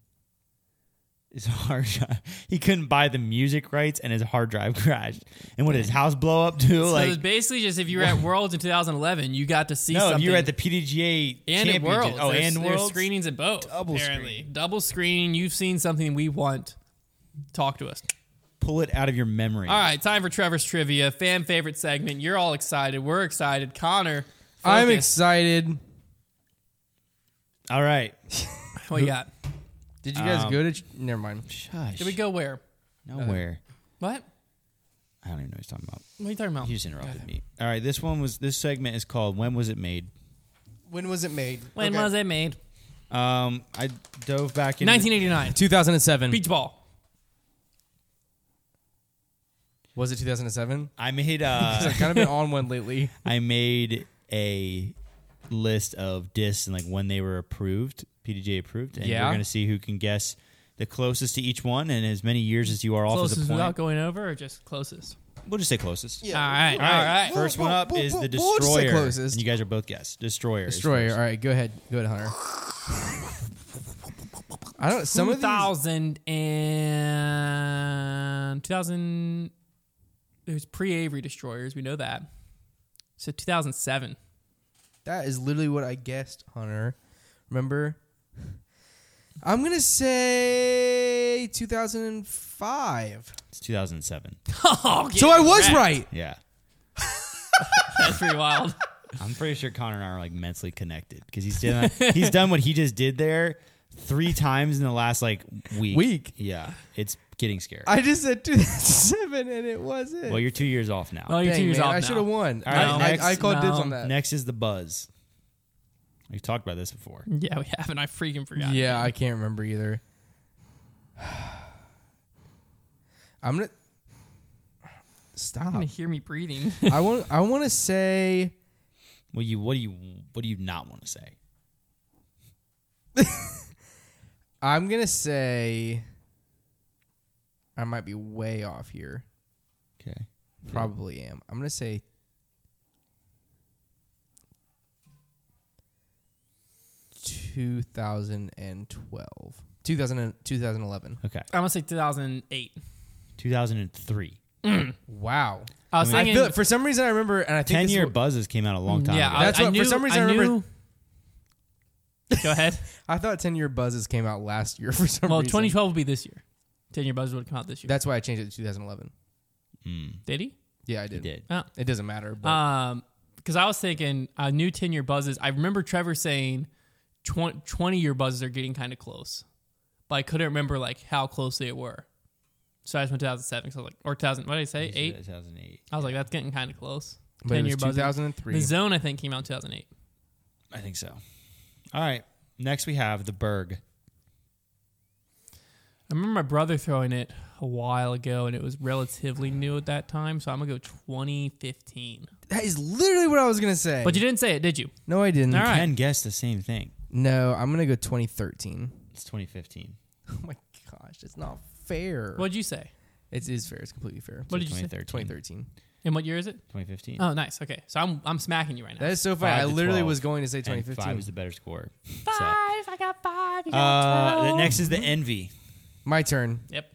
his hard (laughs) drive. He couldn't buy the music rights, and his hard drive (laughs) crashed. And what did his house blow up too?
so it's
like
basically just if you were at Worlds in 2011, you got to see
no,
something.
you were at the PDGA
and at
championship.
Worlds.
Oh,
there's,
and
there's
world
screenings at both.
Double
apparently.
screen.
Double screen. You've seen something we want. Talk to us.
Pull it out of your memory.
All right, time for Trevor's trivia, fan favorite segment. You're all excited. We're excited. Connor,
I'm
focus.
excited.
(laughs)
all right.
What you got?
Did you guys
Um,
go to? Ch- Never mind.
Shush.
Did we go where?
nowhere?
What?
I don't even know what he's talking about.
What are you talking about?
He
(laughs)
just interrupted me. All right, this one was this segment is called "When Was It Made."
When was it made?
When was it made?
Um, I dove back in
1989.
2007.
Beach ball.
Was it 2007?
I made uh,
I've kind of been on
(laughs)
one lately.
I made a list of discs and like when they were approved, PDJ approved, and
Yeah.
we're gonna see who can guess the closest to each one and as many years as you are off as a
Closest
point.
without going over, or just closest?
we'll just say closest.
All right. All right.
First
We'll-
one up
we'll-
is
we'll-
the
we'll just say
destroyer.
closest.
And you guys are both guessed. Destroyer. is
Destroyer.
first.
All right, go ahead. Go ahead, Hunter.
(laughs)
I don't. Some of these.
2000 and 2000 there's pre-Avery destroyers, we know that. So 2007.
That is literally what I guessed, Hunter. Remember? I'm gonna say 2005.
It's 2007.
Oh, (laughs)
So I was right.
Yeah.
That's pretty
(laughs)
wild.
I'm pretty sure Connor and I are like mentally connected because he's done he's done what he just did there three times in the last like week.
Week.
Yeah. It's getting scary.
I just said 2007, and it wasn't.
well, you're two years off now.
Oh, you're two
Dang,
years
man,
off.
I
now.
should have won.
All
I,
right,
I-
next-
I called dibs
no.
on that.
Next is the buzz. We've talked about this before.
Yeah, we haven't. I freaking forgot.
Yeah, I can't remember either. (sighs) I'm gonna
You're (laughs)
stop.
gonna hear me
(laughs)
breathing.
I want. I want to say.
Well, you what do you what do you not want to say?
I'm gonna say. I might be way off here.
Okay.
Probably am. I'm gonna say. Two thousand and twelve. Two thousand and two thousand eleven.
Okay.
I'm gonna say 2008.
2003.
Wow.
I was
I
thinking.
feel, for some reason I remember, and I think
Ten
this
year
will-
buzzes came out a long time
Mm, yeah,
ago.
I,
That's
I
what- for
knew,
some reason I
knew-
(laughs) remember-
Go ahead.
I thought 10 year buzzes came out last year (laughs) for some
Well,
reason.
2012 will be this year. Ten year buzz would come out this year.
That's why I changed it to 2011.
Mm,
Did he?
Yeah, I did.
you did.
Oh.
It doesn't matter. But
Um, because I was thinking uh, new 10 year buzzes. I remember Trevor saying 20 year buzzes are getting kind of close, but I couldn't remember like how close they were. So I just went 2007. So I was like, or 2000, what did I say? Eight?
2008.
I was like, that's getting kind of close.
but
10
it
year
was
buzzes.
2003.
The zone, I think, came out in 2008.
I think so. All right. Next we have the Berg.
I remember my brother throwing it a while ago, and it was relatively new at that time. So I'm going to go 2015.
that is literally what I was going to say.
But you didn't say it, did you?
no, I didn't.
All right.
Ken guessed the same thing.
No, I'm going to go 2013.
It's 2015.
(laughs) Oh my gosh, it's not fair.
What'd you say?
It is fair. It's completely fair.
What did you say?
2013.
2013.
And what year is it?
2015.
Oh, nice. Okay. So I'm, I'm smacking you right now.
That is so funny.
Five
I
to
literally
12.
was going to say
And Five is
2015.
the better score. So-
Five. I got five. You got
Uh,
12.
the next is the envy.
My turn.
Yep.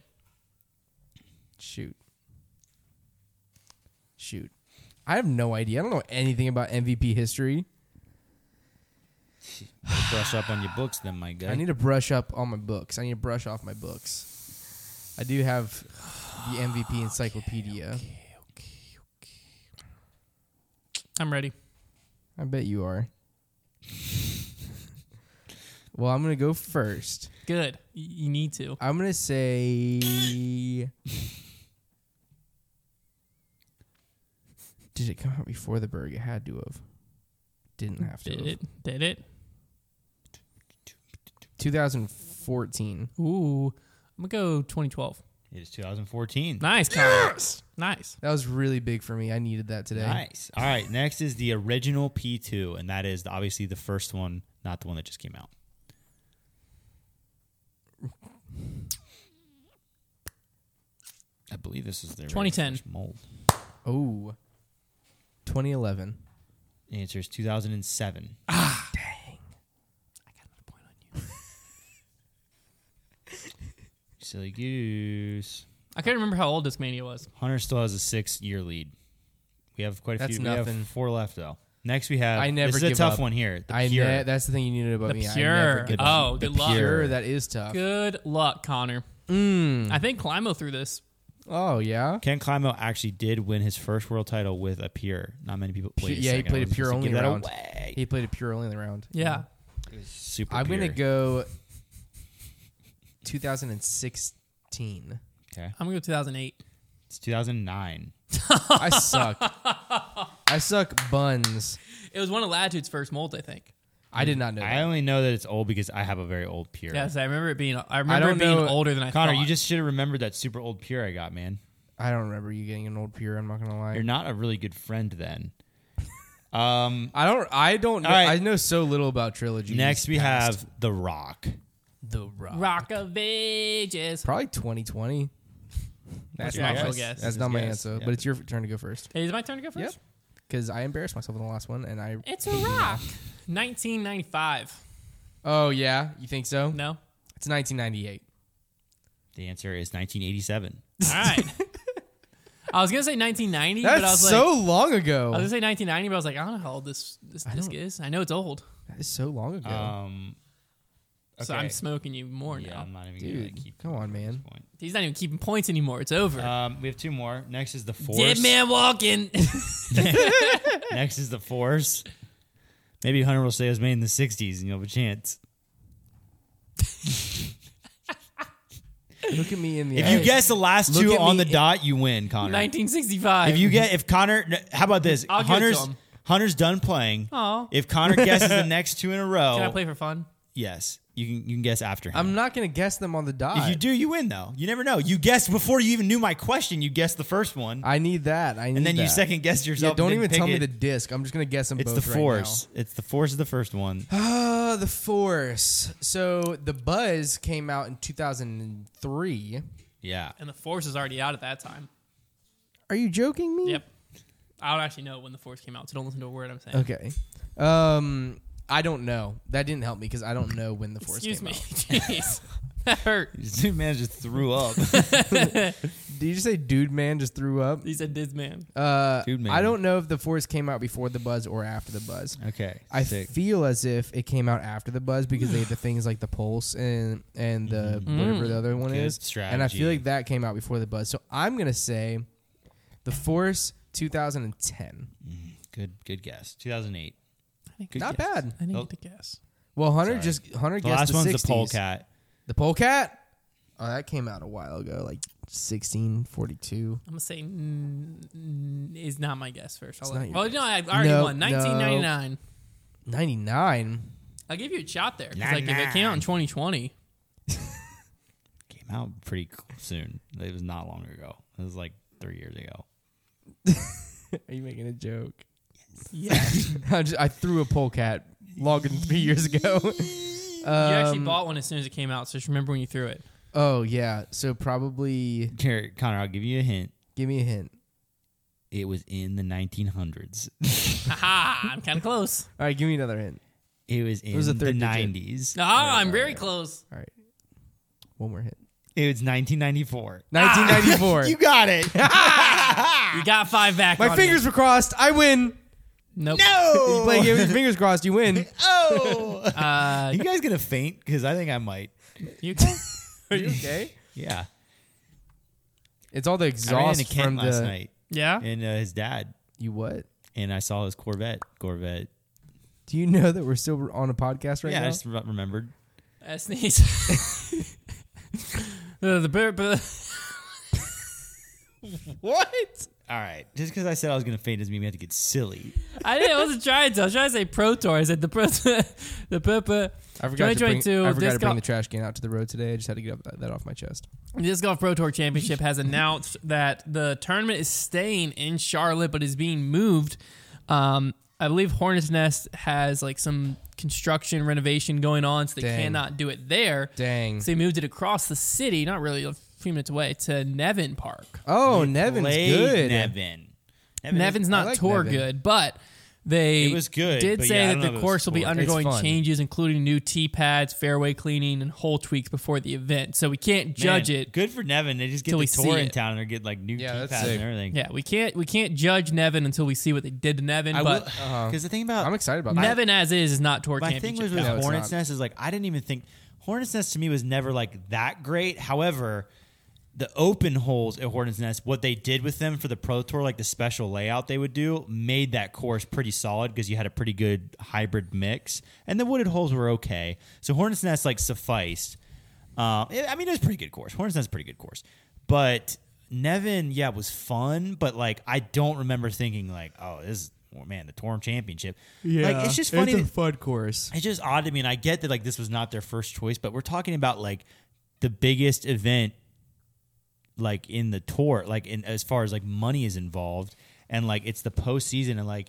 Shoot. Shoot. I have no idea. I don't know anything about MVP history.
Better Brush up on your books, then, my guy.
I need to brush up on my books. I need to brush off my books. I do have
(sighs)
the MVP encyclopedia.
I'm ready.
I bet you are. (laughs) well, I'm going to go first.
Good. Y- You need to.
I'm going to say Did it come out before the burg? It had to have. Didn't have to.
Did
Have.
it? Did it?
2014.
Ooh. I'm going to go 2012.
It is 2014.
Nice, Kyle. Nice.
That was really big for me. I needed that today.
Nice. All right. Next is the original P2, and that is the- obviously the first one, not the one that just came out. I believe this is their very
2010.
first mold.
Oh. 2011.
The answer is 2007.
I got another point on you.
Silly goose.
I can't remember how old this mania was.
Hunter still has a six year lead. We have quite a
That's
few. We
nothing.
have four left though. Next we have.
I never
This is a
give
tough
up.
one here. The
I
pure.
ne- that's the thing you needed about
The
me. I never
pure.
give up.
Oh,
The
good luck.
pure.
Pure, that is tough.
Good luck, Connor.
Mm.
I think Climo threw this.
Oh yeah.
Ken Climo actually did win his first world title with a pure. Not many people played.
Pu- yeah, he played a pure only
give that
round.
away.
He played a pure only in the round.
Yeah.
Super.
I'm
pure.
gonna go 2016.
Okay.
I'm going to go 2008.
It's 2009.
I suck. I suck buns.
It was one of Latitude's first molds, I think.
I did not know.
I
That.
only know that it's old because I have a very old pure.
Yes, I remember it being. I remember
don't
it being
know-
older than I
Connor,
thought.
you just should have remembered that super old pure I got, man.
I don't remember you getting an old pure. I'm not gonna lie.
You're not a really good friend
(laughs)
then. Um.
I don't. I don't. Know,
All right.
I know so little about trilogy.
Next we have The Rock.
the rock.
Rock of Ages.
Probably 2020.
That's
That's
your
not
actual
my
guess.
guess.
That's
That's not my
his guess.
answer.
Yeah.
But it's your turn to go first.
Hey, is it my turn to go first?
Yep. Because I embarrassed myself in the last one, and I.
It's a rock. 1995.
Oh yeah, you think so?
No.
It's 1998.
The answer is 1987.
All right. (laughs) I was gonna say 1990,
That's
but I was like,
so long
I was
ago.
gonna say 1990, but I was like, I don't know how old this this disc is. I know it's old,
That is so long ago.
Um,
so
okay.
I'm smoking you more
yeah,
now.
I'm not even gonna
Dude,
keep.
come on,
at this
man.
point.
He's not even keeping points anymore. It's over.
Um, we have two more. Next is the force.
Dead man walking.
Next is the force. Maybe Hunter will say it was made in the '60s, and you'll have a chance.
Look at me in the
If
eye.
you guess the last
Look
two
at
on
me
the dot, you win, Connor.
1965.
If you get, if Connor, n- how about this?
I'll give it to
Hunter's
him.
Hunter's done playing.
Aw.
If oh. Connor
(laughs)
guesses the next two in a row,
can I play for fun?
yes, you can. You can guess after him.
I'm not gonna guess them on the dot.
if you do, you win though. You never know. You guessed before you even knew my question. You guessed the first one,
I need that. I need
and then you
that.
second guessed
Yeah,
yourself. and
don't
didn't
even tell
pick
me
it.
the disc. I'm just gonna guess them
It's the
both
force. it's the force of the first one.
right now. Ah, the force. So the buzz came out in 2003.
Yeah.
And the force is already out at that time.
Are you joking me?
Yep. I don't actually know when the force came out, so don't listen to a word I'm saying.
Okay. Um, I don't know. That didn't help me because I don't know when the force
Excuse me.
came
(laughs)
out.
Jeez, that hurt.
This man just threw up.
Did you just say dude man just threw up?
He said this man.
Uh,
Dude Man.
I don't know if the force came out before the buzz or after the buzz.
(laughs) okay.
I
sick.
feel as if it came out after the buzz because they had
(sighs)
the things like the pulse and and the whatever the other one
Mm-hmm. Good
is. And I
strategy.
feel like that came out before the buzz. So I'm gonna say the force 2010.
Mm, Good good guess. 2008.
I think
Good
Not
guess.
bad.
I didn't
Oh.
get to guess.
Well, Hunter
Sorry.
just Hunter
The
guessed
last
the
one's
60s.
the polecat.
The polecat. Oh, that came out a while ago, like 1642.
I'm gonna say mm, mm, is not my guess first. I'll
It's
let-
not your
well, no, I I've already
No,
won.
no.
1999.
99.
I'll give you a shot there. 'cause, Like if it came out in 2020,
Came out pretty c- soon. It was not long ago. It was like three years ago.
(laughs) Are you making a joke?
yeah, you
(laughs) I, just, I threw a polecat logging three years (laughs) ago.
actually
Um,
bought one as soon as it came out. So just remember when you threw it. (laughs)
Oh yeah, so probably
Here, Connor, I'll give you a hint.
give me a hint.
It was in the 1900s.
Haha, I'm kind of close.
All right, give me another hint.
(laughs) It was in
was a
the
third digit.
90s.
Ah, I'm very close.
All right, one more hint.
It was 1994.
Ah! (laughs) 1994.
You got (laughs) it.
You got five back.
My
on
fingers were crossed. I win.
Me. Nope.
(laughs)
You play a (laughs)
no.
game with your fingers crossed. You
(laughs)
win.
Oh.
(laughs)
Uh,
you guys gonna faint? Because I think I might.
you okay?
Are you okay?
Yeah.
It's all the
I ran
exhaust
into Ken
from
last
the.
night
Yeah. (laughs)
and uh, his dad,
You what?
and I saw his Corvette. Corvette.
Do you know that we're still on a podcast right
yeah,
now?
I just re- remembered.
I (laughs) sneeze. the the, bur- bur-
what? All right. Just because I said I was going to faint doesn't mean we have to get silly.
(laughs) I didn't. I wasn't trying to. I was trying to say Pro Tour. I said the Pro (laughs) the Purple.
I forgot, to bring,
2022
I forgot to
disc
bring the
golf,
trash can out to the road today. I just had to get up that, that off my chest.
disc golf Pro Tour Championship has announced that the tournament is staying in Charlotte, but is being moved. Um, I believe Hornets Nest has like some construction renovation going on, so they
Dang.
cannot do it there.
Dang.
So they moved it across the city, not really a few minutes away, to Nevin Park.
Oh, Nevin's
Play
good.
Nevin. Nevin.
Nevin's not
I like
tour
Nevin.
good, but they
It was good,
did
but
say
yeah, I don't know
that the
if it was
course will be
tour. It's
undergoing
fun.
changes, including new tee pads, fairway cleaning, and hole tweaks before the event. So we can't judge it.
Good for Nevin. They just get
till
the
we
tour
see
in
it.
town and they're getting like new
Yeah,
keypads
that's sick.
and everything.
Yeah, we can't we can't judge Nevin until we see what they did to Nevin.
I will
but
because
Uh-huh.
the thing about
I'm excited about that.
Nevin as is is not tour
my thing
championship.
was with
No, it's
Hornets
not.
Nest is like I didn't even think Hornets Nest to me was never like that great. However, the open holes at Hornets Nest, what they did with them for the Pro Tour, like the special layout they would do, made that course pretty solid because you had a pretty good hybrid mix, and the wooded holes were okay. So Hornets Nest like sufficed. Um, it- I mean, it was a pretty good course. Hornets Nest is a pretty good course, but Nevin, yeah, was fun, but like I don't remember thinking like, oh, this. is oh, Man, the Torm Championship. like, it's just funny. that-
fun course.
it's just odd to me and i get that like this was not their first choice but we're talking about like the biggest event like in the tour like in as far as like money is involved and like it's the postseason and like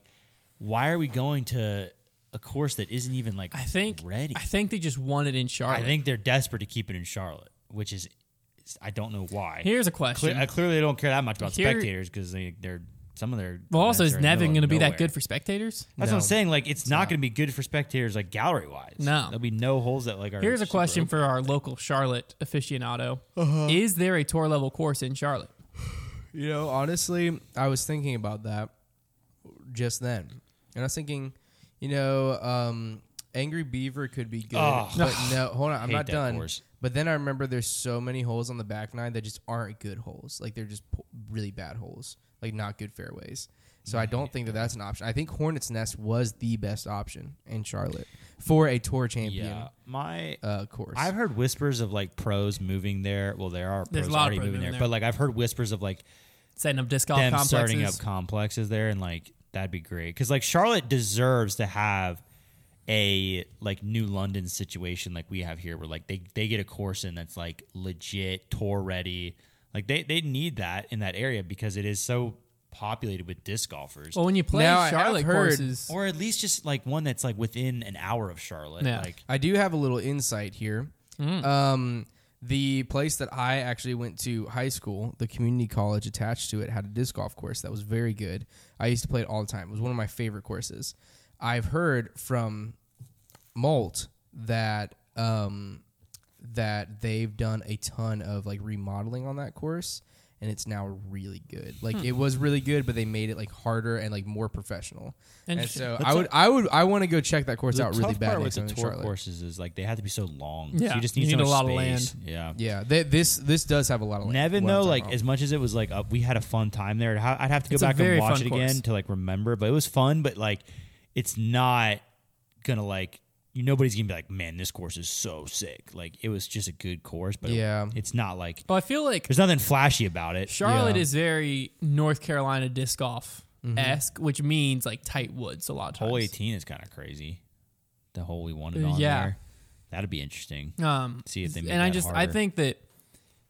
why are we going to a course that isn't even like
I think
ready
I think they just won it in Charlotte.
I think they're desperate to keep it in charlotte which is i don't know why
here's a question.
Cle- I clearly they don't care that much about
Here-
spectators because they they're some of their
well, also
events
is
are in the
Nevin
middle
going to
of
be that
nowhere.
good for spectators?
That's what I'm
No,
saying. Like, it's not going to be good for spectators, like gallery wise.
No.
there'll be no holes that like are.
Here's a
super Uh-huh.
question
open.
for our local Charlotte aficionado: Is there a tour level course in Charlotte?
You know, honestly, I was thinking about that just then, and I was thinking, you know, um, Angry Beaver could be good,
Oh. (sighs)
but no, hold on, I'm
Hate
not
that
done.
course.
But then I remember there's so many holes on the back nine that just aren't good holes. Like they're just po- really bad holes, like not good fairways. So I don't think that that's an option. I think Hornets Nest was the best option in Charlotte for a tour champion
Yeah, my
uh, course.
I've heard whispers of like pros moving there. Well, there are
There's
pros
a lot of
already
pros
moving
moving
there,
there.
but like I've heard whispers of like
Setting up disc golf
them
complexes.
starting up complexes there, and like that'd be great because like Charlotte deserves to have a like new London situation like we have here, where like they they get a course in that's like legit tour ready. Like they they need that in that area because it is so populated with disc golfers.
Well, when you play
Now, I have
Charlotte
heard-
courses,
or at least just like one that's like within an hour of Charlotte.
Yeah.
Like
I do have a little insight here.
Mm.
Um, the place that I actually went to high school, the community college attached to it, had a disc golf course that was very good. I used to play it all the time. It was one of my favorite courses. I've heard from Molt that um, that they've done a ton of like remodeling on that course, and it's now really good. Like
Hmm.
it was really good, but they made it like harder and like more professional. And
Interesting.
so I would, I would, I want to go check that course
the
out
tough
really bad.
part
next
with the
time in
tour
Charlotte.
courses is like they have to be so long.
Yeah.
So you just need,
You
so
need a
much
lot of
space. Yeah.
Yeah, th- this this does have a lot of.
Nevin
what I'm
though,
talking
like
about.
as much as it was like uh, we had a fun time there, I'd ha- I'd have to go
It's a
back and
very
watch
fun
it again
course.
to like remember. But it was fun, but like it's not gonna like you. Nobody's gonna be like, man, this course is so sick. Like it was just a good course, but it-
Yeah.
it's not like
but I feel like
there's nothing flashy about it.
Charlotte
Yeah.
is very North Carolina disc golf esque,
Mm-hmm.
which means like tight woods a lot of times.
Hole 18 is kind of crazy. The hole we wanted
Uh,
on
yeah.
there. That'd be interesting.
Um,
See if they make
and I
that
just I
harder.
think that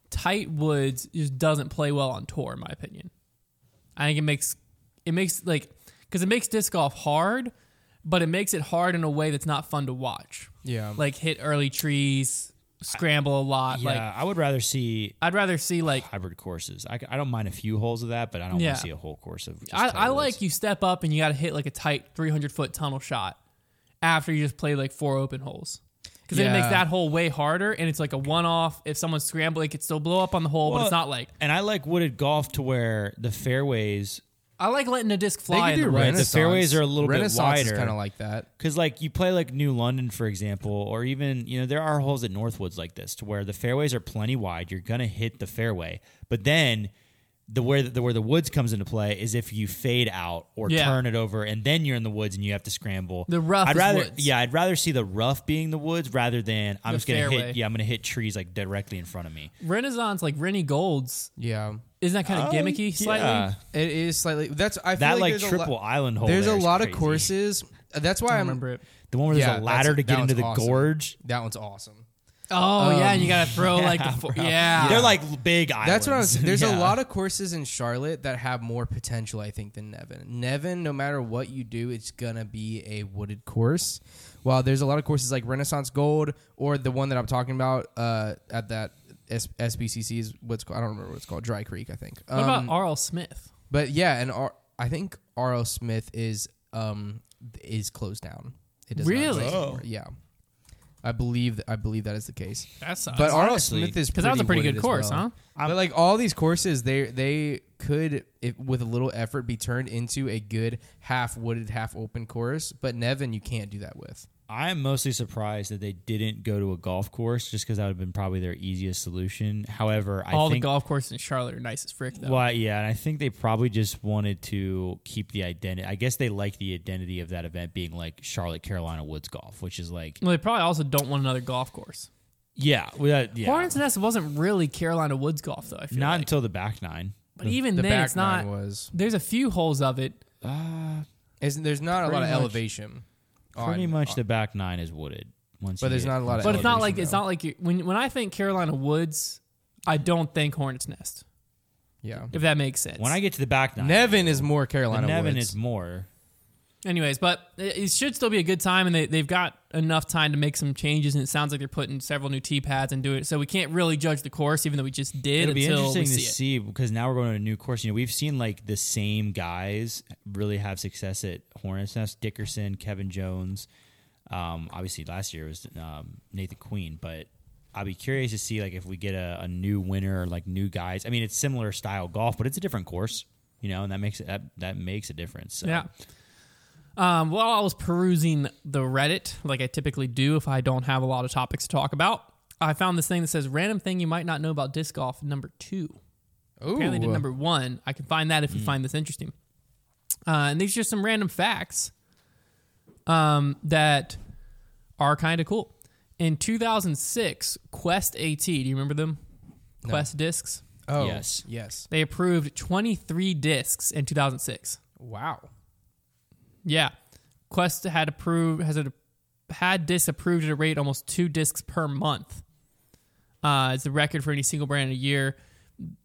tight woods just doesn't play well on tour, in my opinion. I think it makes it makes like because it makes disc golf hard, but it makes it hard in a way that's not fun to watch.
Yeah.
like hit early trees, scramble a lot.
Yeah,
Like
I would rather see
I'd rather see like
hybrid courses. I, I don't mind a few holes of that, but I don't
Yeah.
want to see a whole course of. just
I, I
titles.
like you step up and you got to hit like a tight 300 foot tunnel shot after you just play like four open holes. Because then it makes
Yeah.
that hole way harder and it's like a one off. If someone's scrambling, it could still blow up on the hole, but
Well-
it's not like.
and I like wooded golf to where the fairways,
I like letting a disc
They
fly.
could
in
do
the woods.
The fairways are a little bit
Renaissance
wider.
Kind of like that.
because like you play like New London for example, or even you know there are holes at Northwoods like this to where the fairways are plenty wide. You're gonna hit the fairway, but then the where the where the woods comes into play is if you fade out or
Yeah.
turn it over and then you're in the woods and you have to scramble.
The rough
I'd
is
rather
woods.
yeah, I'd rather see the rough being the woods rather than I'm
The
just gonna
fairway.
hit yeah, I'm gonna hit trees like directly in front of me.
Renaissance, like Rennie Gold's,
Yeah,
isn't that kind of
Oh,
gimmicky slightly?
yeah.
it is slightly. That's I feel
That like,
there's a
triple
lot-
island hole.
There's
there
a
is
lot of
crazy.
courses. Uh, That's why
I
I
don't
am
remember it.
The one where there's
Yeah,
a
that's-
ladder to
that
get into
one's
the
awesome.
gorge.
That one's awesome.
Oh yeah, and you gotta throw like the four, yeah.
They're like big islands.
That's
(laughs)
what I was. (laughs) There's
Yeah.
a lot of courses in Charlotte that have more potential, I think, than Nevin. Nevin, no matter what you do, it's gonna be a wooded course. While there's a lot of courses like Renaissance Gold or the one that I'm talking about uh, at that S- SBCC is what's called, I don't remember what it's called Dry Creek, I think.
What
Um,
about R.L. Smith?
But yeah, and R- I think R.L. Smith is um is closed down. It does not
Really?
exist
Oh.
anymore. Yeah. I believe that I believe that is the case.
That sucks.
But R.L.
honestly,
Smith is
because that was a pretty
wooded
good
as
course,
well.
huh?
but like all these courses, they they could if, with a little effort be turned into a good half wooded, half open course. But Nevin, you can't do that with.
I'm mostly surprised that they didn't go to a golf course just because that would have been probably their easiest solution. However, I
All the
think
golf courses in Charlotte are nice as frick though.
Well, yeah, and I think they probably just wanted to keep the identity. I guess they like the identity of that event being like Charlotte Carolina Woods Golf, which is like
Well, they probably also don't want another golf course.
yeah, well, that- yeah.
Hornets Nest wasn't really Carolina Woods golf though. I feel
not
like.
until the back nine.
but even
the
then,
back
it's not.
nine was.
There's a few holes of it.
Isn't there's not a lot
Pretty
of
much-
elevation.
Pretty
Uh, on-
much the back nine is wooded. Once,
But
you
there's
get-
not a lot of
But it's not like
elevation,
it's
though.
not like you, when when I think Carolina Woods, I don't think Hornets Nest.
Yeah.
If that makes sense.
When I get to the back nine,
Nevin is more
the
Carolina.
Nevin
Woods.
is more.
Anyways, but it it should still be a good time, and they, they've got enough time to make some changes. And it sounds like they're putting several new tee pads and do it. So we can't really judge the course, even though we just did
It'll be
until
interesting
we
to
see it.
see because now we're going to a new course. You know, we've seen like the same guys really have success at Hornets Nest: Dickerson, Kevin Jones. Um, obviously, last year was um, Nathan Queen, but I'd be curious to see like if we get a, a new winner or like new guys. I mean, it's similar style golf, but it's a different course, you know, and that makes it that, that makes a difference. So.
Yeah. Um, while I was perusing the Reddit, like I typically do if I don't have a lot of topics to talk about, I found this thing that says random thing you might not know about disc golf number two.
Ooh.
Apparently, did number one. I can find that if you find this interesting. Uh, and these are just some random facts um, that are kind of cool. In 2006, Quest AT, do you remember them? Quest discs.
Oh,
Yes.
Yes.
They approved 23 discs in 2006.
Wow.
Yeah, Quest had approved has it had disapproved at a rate almost two discs per month. Uh, it's the record for any single brand in a year.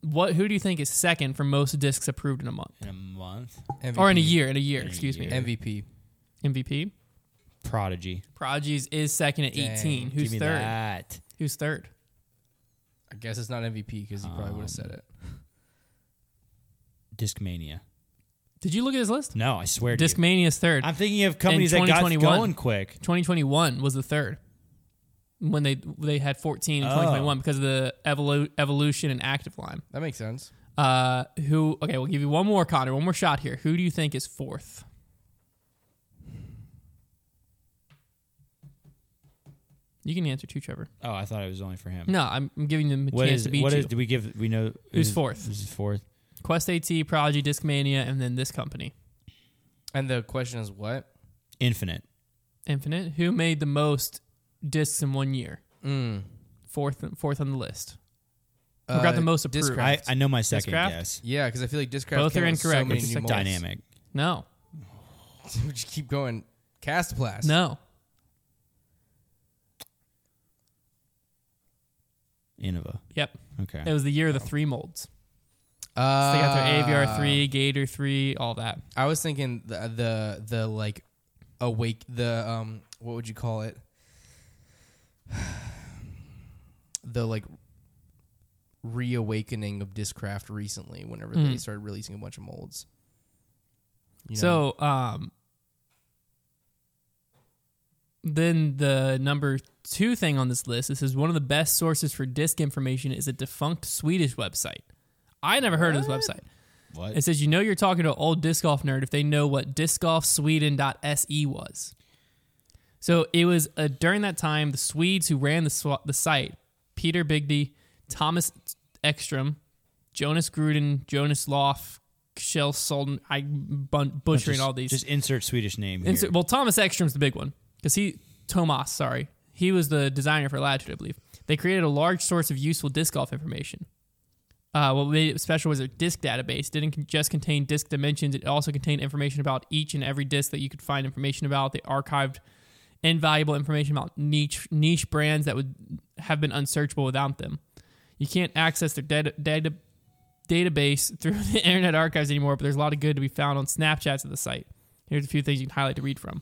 What who do you think is second for most discs approved in a month
In a month,
MVP.
or in a year? In a year, excuse me.
MVP.
MVP
Prodigy.
Prodigies is second at
Dang,
18.
Give
Who's
me
third?
that.
Who's third?
I guess it's not MVP because he probably would have
Um,
said it.
Discmania.
Did you look at his list?
No, I swear. to you.
Discmania is third.
I'm thinking of companies that got
2021.
going quick.
2021 was the third when they they had 14 in
Oh.
2021 because of the evolu- evolution and active line.
That makes sense.
Uh, who? Okay, we'll give you one more, Connor. One more shot here. Who do you think is fourth? You can answer too, Trevor.
Oh, I thought it was only for him.
No, I'm, I'm giving them a
What
chance
is?
to beat
What
you.
is? Do we give? We know
Who's
is-
fourth?
Who's fourth?
Quest AT, Prodigy, Discmania, and then this company,
And the question is what?
Infinite.
Infinite. Who made the most discs in one year?
Mm.
Fourth, fourth on the list. Who got the
Uh,
most approved?
Discraft.
I, I know my second
Discraft?
guess.
Yeah, because I feel like Discraft
Both
came
are
out with
incorrect.
So many
It's
new
like
molds.
Dynamic.
No,
(laughs) We just keep going. Castoplast.
no.
Innova.
Yep,
Okay.
it was the year of the three molds. So
Oh. Uh,
they got their AVR three, Gator three, all that.
I was thinking the the the like awake the um what would you call it? (sighs) The like reawakening of Discraft recently. Whenever they started releasing a bunch of molds. You
Mm.
know?
So, um, then the number two thing on this list, this is one of the best sources for disc information is a defunct Swedish website. I never heard of this website.
what?
It says, you know, you're talking to an old disc golf nerd if they know what discgolfsweden.se E was. So it was uh, during that time, the Swedes who ran the, sw- the site, Peter Bigby, Thomas Ekstrom, Jonas Gruden, Jonas Loff, Shell Solden. I bun- butchering
Just-
all these.
Just insert Swedish name.
Insert-
here.
well, Thomas Ekstrom's the big one because he Tomas, sorry, he was the designer for Latitude, I believe. They created a large source of useful disc golf information. Uh, what made it special was their disc database. Didn't con- just contain disc dimensions; it also contained information about each and every disc that you could find information about. They archived invaluable information about niche niche brands that would have been unsearchable without them. You can't access their data, data database through (laughs) the Internet Archives anymore, but there's a lot of good to be found on Snapchats of the site. Here's a few things you can highlight to read from.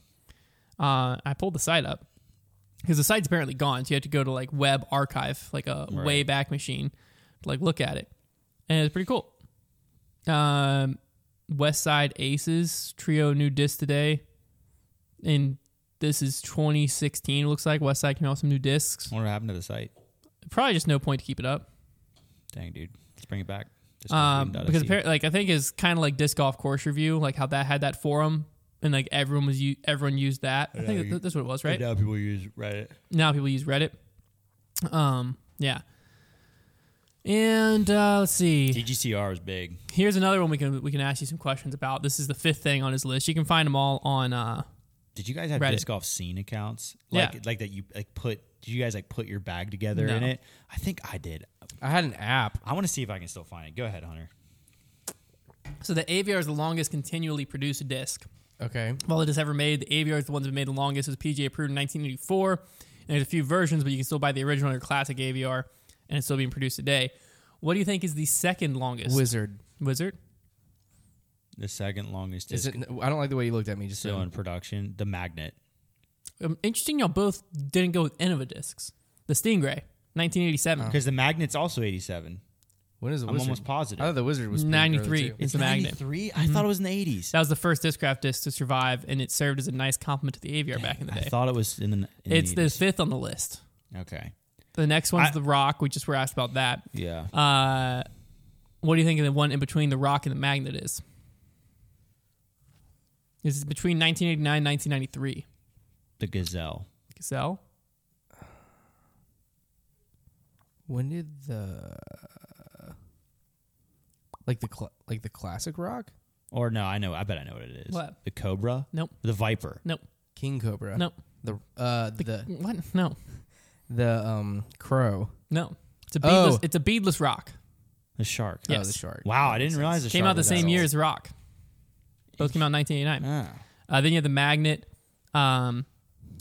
Uh, I pulled the site up because the site's apparently gone, so you have to go to like Web Archive, like a
Right.
way back machine, to like look at it, and it's pretty cool. Um, West Side Aces trio new disc today, and this is 2016. It looks like West Side came out with some new discs.
What happened to the site?
Probably just no point to keep it up.
Dang, dude. Let's bring it back. Just
Um,
Sweden.se.
because apparently, like I think is kind of like disc golf course review, like how that had that forum and like everyone was u- everyone used that. I
Yeah,
think
you-
that, that's what it was, right?
now people use Reddit.
Now people use Reddit. Um, yeah. And uh, let's see.
DGCR is big.
Here's another one we can we can ask you some questions about. This is the fifth thing on his list. You can find them all on. Uh,
Did you guys have
Reddit.
disc golf scene accounts?
Yeah.
Like like that you like put did you guys like put your bag together
No.
in it? I think I did.
I had an app.
I want to see if I can still find it. Go ahead, Hunter.
so the AVR is the longest continually produced disc.
Okay.
of all the discs ever made. The AVR is the one's been made the longest. It was PGA approved in 1984. And there's a few versions, but you can still buy the original or classic AVR, and it's still being produced today. What do you think is the second longest?
Wizard.
Wizard?
The second longest
Is
disc
it? I don't like the way you looked at me. Just
still
so.
in production. The Magnet.
Um, interesting, y'all both didn't go with Innova discs. The Stingray, 1987.
Because the Magnet's also 87.
When is the
I'm
wizard?
almost
I thought
positive.
the wizard was pretty
93.
early, too.
It's Oh, the Magnet. Mm-hmm.
93? I thought it was in the 80s.
That was the first Discraft disc to survive, and it served as a nice compliment to the AVR back in the
I
day.
thought it was in the in
It's the
the 80s.
fifth on the list.
Okay.
The next one's
I-
The Rock. We just were asked about that.
Yeah.
Uh, what do you think of the one in between the rock and the magnet is? This is between 1989 and 1993.
the Gazelle.
Gazelle?
When did the like the cl- like the classic rock
Or no, I know. I bet I know what it is.
What?
The Cobra?
Nope.
The Viper.
Nope.
King Cobra?
Nope.
The uh the
What? No.
the um crow.
No. It's a
Oh.
beadless, it's a beadless rock.
The Shark.
Yeah.
Oh, the
Yes.
shark.
Wow, I didn't realize the
Came
Shark
out the
was
same
that
year
old.
as Rock. Both came out in 1989.
Ah.
Uh, then you have the magnet. Um,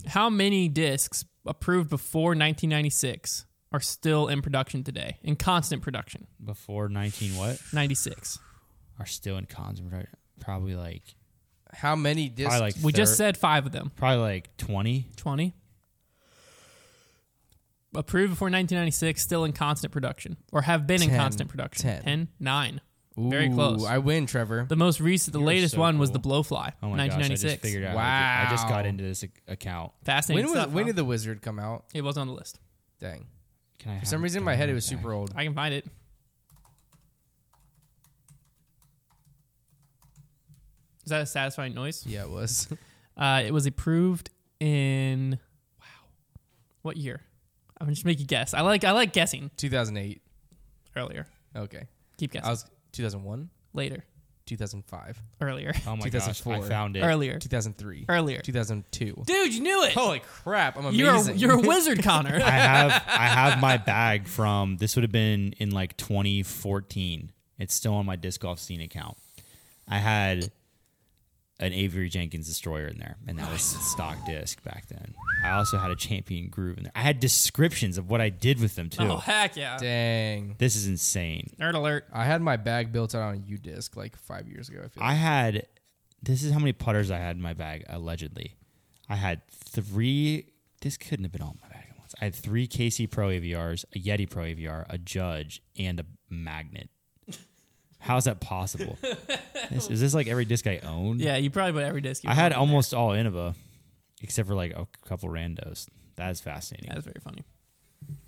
how many discs approved before 1996 are still in production today, in constant production?
before 19 what
96.
are still in cons right? probably like
How many discs?
probably like
We just
thir-
said five of them.
probably like 20
20. Approved before 1996, still in constant production, or have been in
Ten.
constant production.
Ten.
9.
Ooh,
very close.
I win, Trevor.
The most recent, the
You're
latest
so
one was the
cool.
Blowfly,
oh my gosh i
1996.
just figured out I, just, I just got
Wow.
into this ac- account
Fascinating
when was
stuff.
when
huh?
did the wizard come out?
it was on the list.
Dang.
can i
For some reason, in my head it was super old.
I can find it. Is that a satisfying noise?
Yeah, it was. (laughs)
Uh, it was approved in wow, what year? I'm just make you guess. I like I like guessing
2008.
earlier.
Okay.
Keep
I
guessing
was 2001,
Uh,
later,
2005,
(laughs)
earlier,
oh my gosh i
2004.
found it
earlier,
2003,
earlier.
2002.
Dude, you knew it.
Holy crap! I'm
you're a,
amazing.
(laughs)
you're a wizard, Connor.
Oh, i have i have my bag from this would have been in like 2014 it's still on my disc golf scene account i had an Avery Jenkins destroyer in there, and that was stock disc back then. I also had a Champion Groove in there. I had descriptions of what I did with them too.
oh heck yeah!
Dang.
This is insane.
Nerd alert.
I had my bag built out on a U disc like five years ago. I feel.
I had this is how many putters I had in my bag allegedly. I had three. This couldn't have been all in my bag at once. I had three KC Pro AVRs, a Yeti Pro AVR, a Judge, and a magnet. How is that possible? this, is this like every disc I own?
Yeah, you probably put every disc. you
I had
want.
almost all Innova, except for like a couple randos. That is fascinating.
Yeah, that's very funny.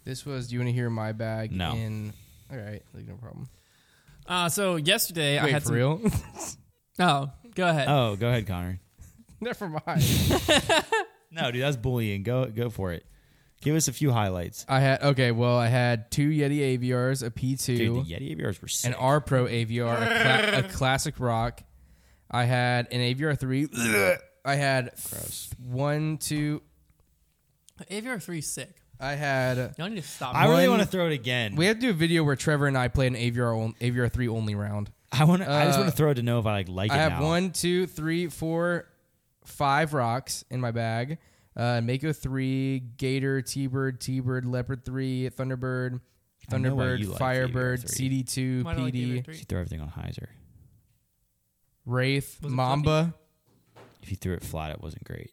this was. Do you want to hear my bag?
No.
In all right, like, no problem.
Uh, so yesterday I
Wait,
had
for
some.
real? (laughs)
Oh, go ahead.
Oh, go ahead, Connor.
Never mind.
No, dude, that's bullying. Go go for it. Give us a few highlights.
I had okay. Well, I had two Yeti AVRs, a
Dude,
P2,
the Yeti AVRs were sick.
an R Pro AVR, a, cla- (laughs) a classic rock. I had an AVR three. I had one, two.
AVR three sick.
I had.
Y'all need to stop.
I really
one-
want to throw it again.
We have to do a video where Trevor and I played an AVR on, AVR three only round.
I want. to I just want to throw it to know if I like like
Uh, I
it.
have
now.
one, two, three, four, five rocks in my bag. Uh, Mako three, Gator, T Bird, T Bird, Leopard three, Thunderbird,
I know why
Thunderbird,
you like
Firebird,
AVR3.
CD two,
Why do I like
PD,
AVR three?
If you throw everything on Heiser,
Wraith,
Was it
Mamba.
if you threw it flat, it wasn't great.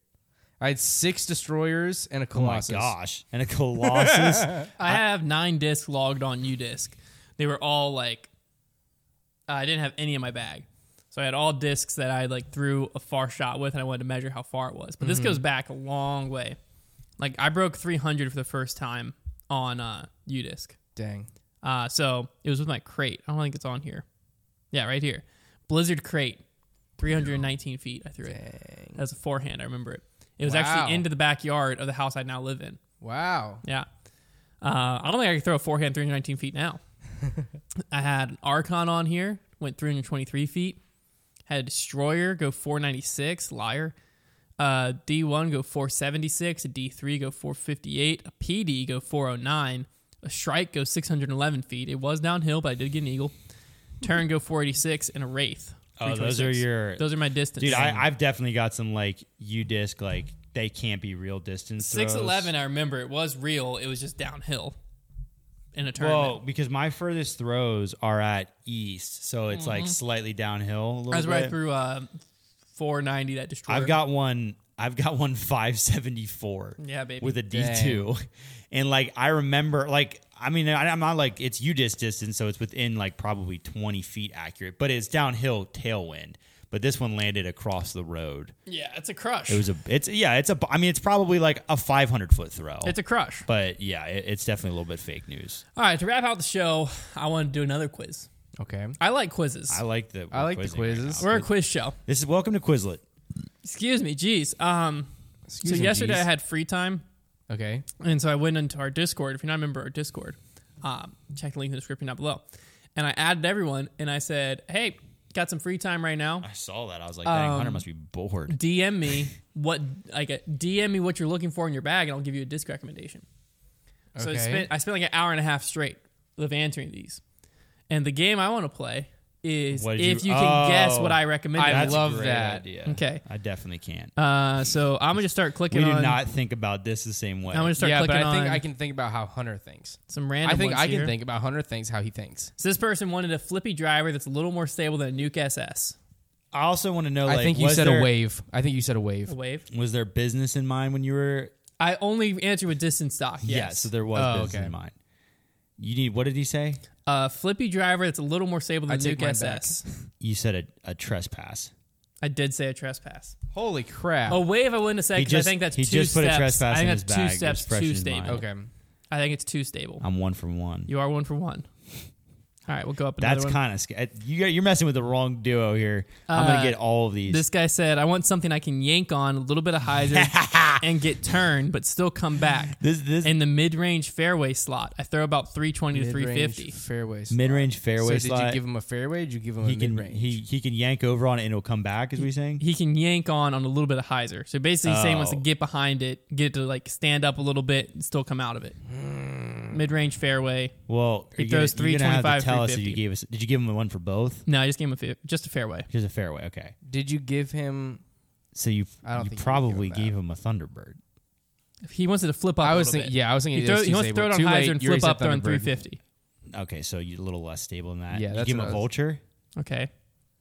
I had six destroyers and a
Oh my
Colossus.
gosh! And
(laughs)
a Colossus.
I have nine discs logged on UDisc. They were all like, I didn't have any in my bag, so I had all discs that I like threw a far shot with, and I wanted to measure how far it was. But this goes back a long way. Like I broke 300 for the first time on uh, UDisc.
Dang.
Uh, so it was with my crate. I don't think it's on here. Yeah, right here. Blizzard crate, 319 feet. I threw it. That was a forehand. I remember it. It was
Wow.
actually into the backyard of the house I now live in.
Wow.
Yeah. Uh, I don't think I can throw a forehand 319 feet (laughs) now. I had an Archon on here, went 323 feet. Had a Destroyer go 496, liar. Uh, D1 go 476, a D3 go 458, a PD go 409, a Strike go 611 feet. It was downhill, but I did get an Eagle. Turn go 486, and a Wraith.
Oh, those are
326.
your-
Those are my distance.
Dude, I, I've definitely got some like U disc like they can't be real distance.
six
throws.
eleven. I remember it was real. It was just downhill in a tournament.
Well, because my furthest throws are at east, so it's like slightly downhill. A little
Mm-hmm. I was right
bit.
through uh, 490 that destroyer.
I've got one. I've got one (laughs) 574.
Yeah, baby.
With a D2, and like I remember, like I mean, I, I'm not like it's U disc distance, so it's within like probably 20 feet accurate, but it's downhill tailwind. But this one landed across the road.
yeah, it's a crush.
(laughs)
It was a. It's yeah. It's a. I mean, it's probably like a 500 foot throw.
it's a crush.
But yeah, it, it's definitely a little bit fake news.
All right, to wrap out the show, I want to do another quiz.
Okay.
I like quizzes.
I like the.
I like the
quizzing right
quizzes.
now.
We're a quiz show.
This is welcome to Quizlet.
Excuse me, geez. Um,
Excuse
so
me,
yesterday
geez.
I had free time,
Okay.
and so I went into our Discord. If you're not a member of our Discord, um, check the link in the description down below. And I added everyone, and I said, "Hey, got some free time right now?
I saw that. I was like, dang,
Um,
Hunter must be bored.
DM me what like a, DM me what you're looking for in your bag, and I'll give you a disc recommendation." So I
Okay.
spent I spent like an hour and a half straight of answering these, and the game I want to play is
What
if
did
you,
you-
can guess
Oh.
what I recommend.
I
That's a
love
great
that.
idea.
Okay.
I definitely can't.
uh, so I'm gonna just start
we
clicking
do
on.
not think about this the same way.
I'm gonna start
yeah, but
clicking
I think
on
I can think about how Hunter thinks.
some random.
I think
ones
I can
here.
think about Hunter thinks how he thinks.
So this person wanted a flippy driver that's a little more stable than a Nuke SS.
I also want to know. Like,
I think you
was
said
there,
a wave. I think you said a wave.
A wave.
Was there business in mind when you were?
I only answered with distance stock.
Yeah.
Yes.
so there was
Oh,
business
okay.
in mind. You need. What did he say?
A flippy driver that's a little more stable than a
take
Nuke
mine
SS.
You said a, a trespass.
I did say a trespass.
Holy crap.
A wave I wouldn't have said
He
because I
just-
think that's
he
two
just put
steps.
a trespass
I think
in
that's
his
two
bag. It was
steps
fresh in
too
his
stable.
mind.
Okay.
I think it's too stable.
I'm one from one.
You are one for one. All right, we'll go up another
That's
one.
kind of scary. You, you're messing with the wrong duo here. I'm gonna
Uh,
get all of these.
this guy said, "I want something I can yank on, a little bit of
(laughs)
hyzer, and get turned, but still come back."
this this
In the mid-range fairway slot, I throw about 320 to
Mid-range
350.
fairways.
mid range fairway
so did
slot.
you give him a fairway? Did you give him
he
a
can
mid range?
he he can yank over on it and it'll come back. Is we saying?
He can yank on on a little bit of hyzer. So basically, he's saying he wants to
Oh.
get behind it, get it to like stand up a little bit, and still come out of it.
Hmm.
Mid-range fairway.
Well,
He
you're gonna-
throws
you're gonna have to
325,
Tell us if
350.
you gave us. Did you give him one for both?
No, I just gave him a fa- just a fairway.
Here's a fairway. Okay,
Did you give him?
so you
I don't think you
you
would give
probably
him that.
gave him a Thunderbird.
He wants it to flip up.
I
a
was
little
thinking.
bit.
Yeah, I was thinking.
He,
it
throw,
was
he
too
wants to
late.
throw it on
Too late.
hyzer and
You already
flip up,
said
throwing
Thunderbird.
350.
Okay, so you're a little less stable than that.
Yeah,
you
that's
give him
what
a
I was-
vulture.
Okay,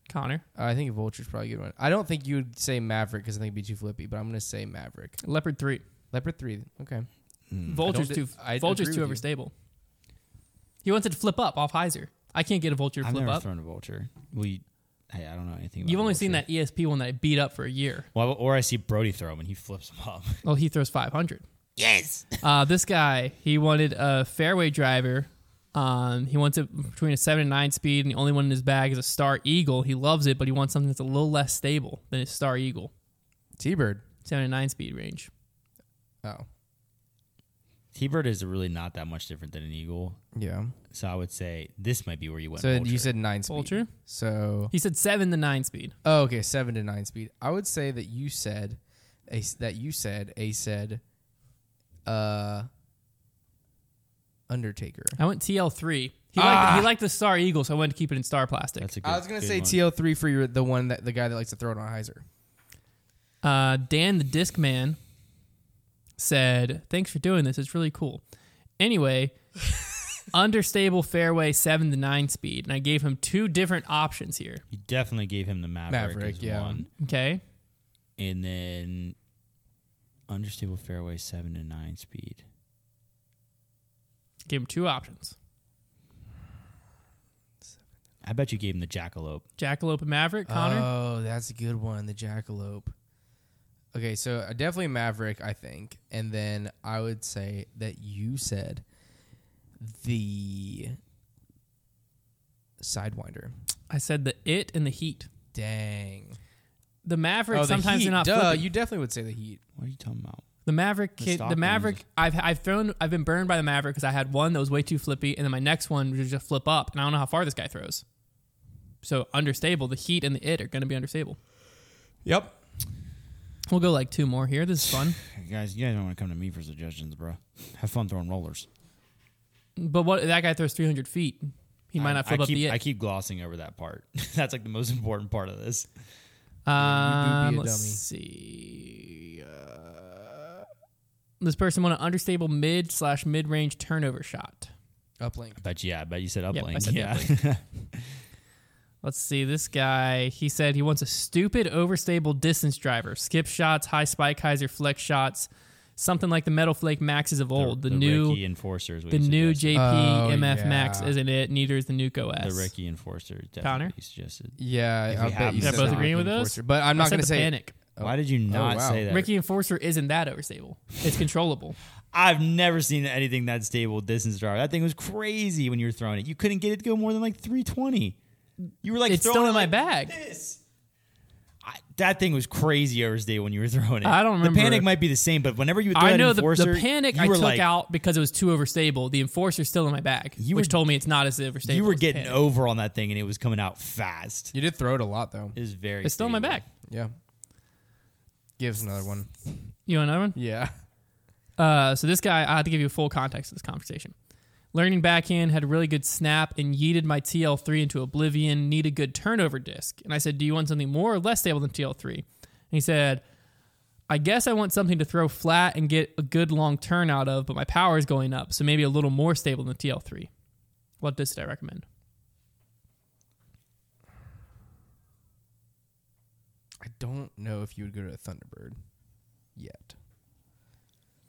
Connor.
Uh, I think Vulture's probably a good one. I don't think you would say Maverick because I think it'd be too flippy, but I'm gonna say Maverick.
Leopard three.
Leopard three. Okay.
Vulture's
Hmm, I
too.
don't di- I
Vulture's too
agree with
overstable. He wants it to flip up off Heiser. I can't get a vulture to
I've
flip
never
up.
thrown a vulture. We, hey, I don't know anything. About
You've only
vulture.
seen that ESP one that I beat up for a year.
Well, or I see Brody throw him and he flips him up. (laughs)
Well, he throws 500.
Yes.
Uh, this guy, he wanted a fairway driver. Um, he wants it between a seven and nine speed, and the only one in his bag is a Star Eagle. He loves it, but he wants something that's a little less stable than his Star Eagle,
T Bird.
seven and nine speed range.
Oh.
T bird is really not that much different than an eagle.
Yeah.
So I would say this might be where you went.
So you
vulture.
said nine speed.
Vulture?
So
He said seven to nine speed.
oh, okay, seven to nine speed. I would say that you said a that you said a said uh Undertaker.
I went TL three. He, liked,
Ah.
he liked the Star Eagle, so I wanted to keep it in Star Plastic.
that's a good,
I was gonna
good
say TL
one.
three for your the one that the guy that likes to throw it on Heiser.
Uh, Dan the Disc Man said, "Thanks for doing this. It's really cool."
(laughs)
Anyway, understable fairway seven to nine speed, and I gave him two different options here.
You definitely gave him the Maverick,
Maverick,
as
yeah.
one,
Okay,
and then understable fairway seven to nine speed.
gave him two options:
I bet you gave him the jackalope.
Jackalope and Maverick. Connor,
Oh, that's a good one, the jackalope. Okay, so uh, definitely Maverick, I think, and then I would say that you said the Sidewinder.
I said the it and the heat.
Dang.
The Maverick
Oh, the
sometimes
Heat,
they're not.
Duh,
flipping.
you definitely would say the Heat.
What are you talking about?
The Maverick, kid, the,
stock ones.
Maverick. I've I've thrown. I've been burned by the Maverick because I had one that was way too flippy, and then my next one would just flip up, and I don't know how far this guy throws. So understable. The heat and the it are going to be understable.
Yep.
We'll go like two more here. This is fun.
You guys, you guys don't want to come to me for suggestions, bro. Have fun throwing rollers.
but what that guy throws three hundred feet. He might
I-
not flip
I
up
keep,
the
I
it.
keep glossing over that part. (laughs) That's like the most important part of this.
um,
You do be a
let's
dummy.
see. Uh, this person won an understable mid slash mid range turnover shot.
Uplink.
I bet you, yeah, I bet you said
Yep, I
uplink.
said
yeah. (laughs)
Let's see. This guy, he said he wants a stupid, overstable distance driver. Skip shots, high spike hyzer, flex shots, something like the Metal Flake Maxes of old. Oh, The, new,
Ricky Enforcer is what
the
you
new
suggested.
JP
Oh,
MF Max
yeah.
isn't it? Neither is the Nuke OS.
the Ricky Enforcer. Definitely
Connor?
you suggested.
Yeah,
If
I
we
bet
have
you
them.
said
They're both
the
agreeing with
Ricky
us?
Enforcer, But I'm
I
not
said
going to
the
say
panic.
Why did you
Oh,
not
wow.
say that?
Ricky Enforcer isn't that overstable. It's
(laughs)
controllable.
I've never seen anything that stable distance driver. That thing was crazy when you were throwing it. You couldn't get it to go more than like 320. You were like
It's
throwing
still
it
in my
like
bag.
This. I, that thing was crazy overstay when you were throwing it.
I don't remember.
The panic might be the same, but whenever you would throw
I
that
know the,
enforcer,
the panic
you
I
were
took
like,
out because it was too overstable. The enforcer's still in my bag,
You
which
were-
told me it's not as overstable.
You were
as
getting
Panic.
over on that thing, and it was coming out fast.
You did throw it a lot, though.
It was very.
It's still in my
stable.
bag.
Yeah. Gives another one.
You want another one?
Yeah.
Uh, so this guy, I had to give you full context of this conversation. Learning backhand had a really good snap and yeeted my TL3 into oblivion. Need a good turnover disc. And I said, "Do you want something more or less stable than TL3?" And he said, "I guess I want something to throw flat and get a good long turn out of, but my power is going up, so maybe a little more stable than TL3." What disc did I recommend?
I don't know if you would go to a Thunderbird yet.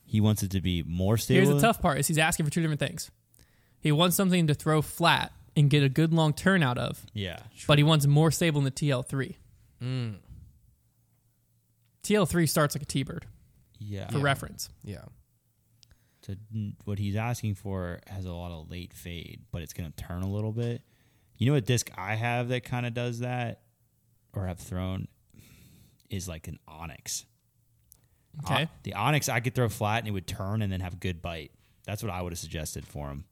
He wants it to be more stable.
Here's the tough part: is he's asking for two different things. He wants something to throw flat and get a good long turn out of,
Yeah.
but he wants more stable than the TL3.
Mm.
TL3 starts like a T-bird
Yeah.
for reference.
Yeah.
So n- what he's asking for has a lot of late fade, but it's going to turn a little bit. You know what disc I have that kind of does that, or have thrown, is like an Onyx.
Okay.
O- the Onyx I could throw flat and it would turn and then have good bite. That's what I would have suggested for him.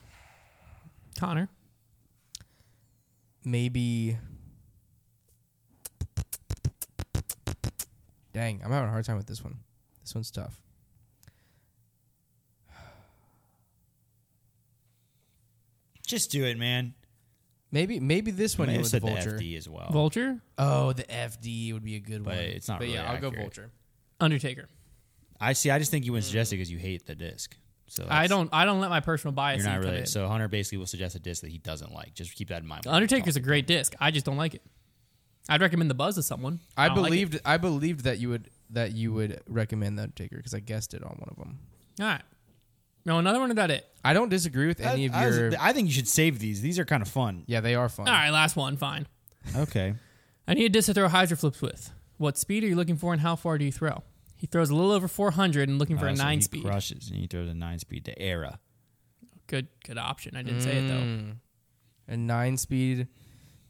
Ah.
Connor,
maybe dang i'm having a hard time with this one this one's tough
Just do it, man.
maybe maybe this one
I
you
have
with the
said the
vulture
FD as well.
Vulture,
oh the fd would be a good
But
one
it's not
but yeah
really
i'll go
accurate.
vulture
Undertaker.
I see. I just think you wouldn't suggest it because you hate the disc. So
I
that's-
don't. I don't let my personal bias.
You're not
come
really.
in.
So Hunter basically will suggest a disc that he doesn't like. Just keep that in mind.
The
Oh.
Undertaker's a great disc. I just don't like it. I'd recommend the Buzz to someone.
i,
don't like
believed i believed that you would that you would recommend that taker because i guessed it on one of them
it. All right. No, another one about it.
i don't disagree with any
I,
of
was-
your
I think you should save these. These are kind of fun.
yeah they are fun
All right, last one. Fine.
Okay.
I need a disc to throw Hydro flips with. What speed are you looking for, and how far do you throw? He throws a little over 400 and looking for
Uh,
a
so
nine
he
speed.
Crushes and he throws a nine speed to era.
Good, good option. I didn't say it
Mm.
though.
a nine speed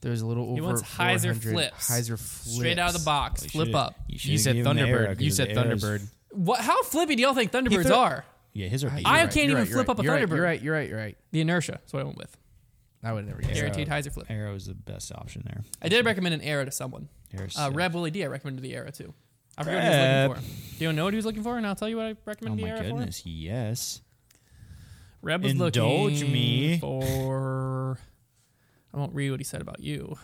there's a little over
He wants Heiser
400.
flips.
Heiser flips
Straight out of the box, flip up.
you said thunderbird you said thunderbird
What? How flippy do y'all think Thunderbirds
threw-
are?
Yeah, his are.
Ah,
beat.
you're
I
right,
can't
you're
even
right, you're
flip
right,
up a
you're right,
Thunderbird.
You're right. You're right. You're right.
The inertia. That's what I went with.
I would never guess.
Guaranteed
that.
hyzer flip.
Arrow is the best option there.
I did recommend an era to someone.
Arrow's
Uh,
sick.
Reb Willie D. I recommended the era too. I forget what he was looking for. Do you know what he was looking for? And I'll tell you what I
Oh
recommended the
my
era
goodness! Yes.
for. Reb was
Indulge
looking
me.
for. I won't read what he said about you.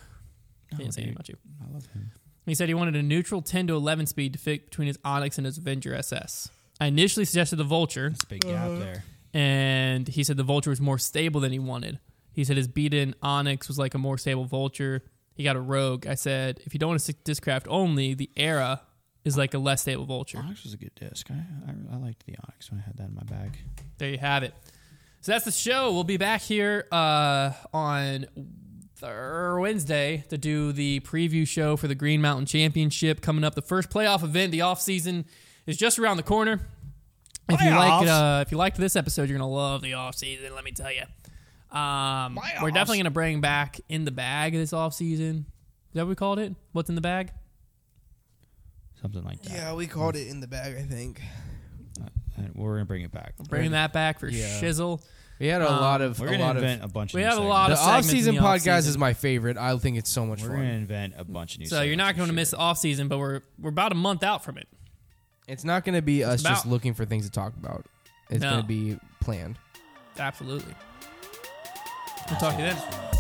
He didn't say anything
Oh,
about
dude.
you.
I love him.
He said he wanted a neutral 10 to 11 speed to fit between his Onyx and his Avenger SS. I initially suggested the Vulture,
It's a big gap
Uh,
there.
and he said the Vulture was more stable than he wanted. He said his beaten Onyx was like a more stable Vulture. He got a Rogue. I said, if you don't want to stick to Discraft only, the Era is like a less stable Vulture.
Onyx was a good disc. I, I, I liked the Onyx when I had that in my bag.
There you have it. So that's the show. We'll be back here uh, on Thur- Wednesday to do the preview show for the Green Mountain Championship coming up. The first playoff event, the off season, is just around the corner. If you like,
Playoffs?
uh, if you liked this episode, you're gonna love the off season. Let me tell you, um, we're definitely gonna bring back in the bag this off season. Is that what we called it? What's in the bag?
Something like that.
Yeah, we called it in the bag. I think
And we're gonna bring it back.
Bringing that back for
Yeah.
Shizzle.
we had a
Um,
lot of
We're
a
gonna
lot
invent
of.
a bunch.
We
of new
have a
segments.
lot
The
of segments in
off-season
the
podcast
off-season.
is my favorite. I think it's so much
We're
fun.
gonna invent a bunch of new.
So you're not going to miss the off season, but we're we're about a month out from it.
It's not gonna be us just
about-
looking for things to talk about. It's
No.
gonna be planned.
Absolutely. We'll talk to you then.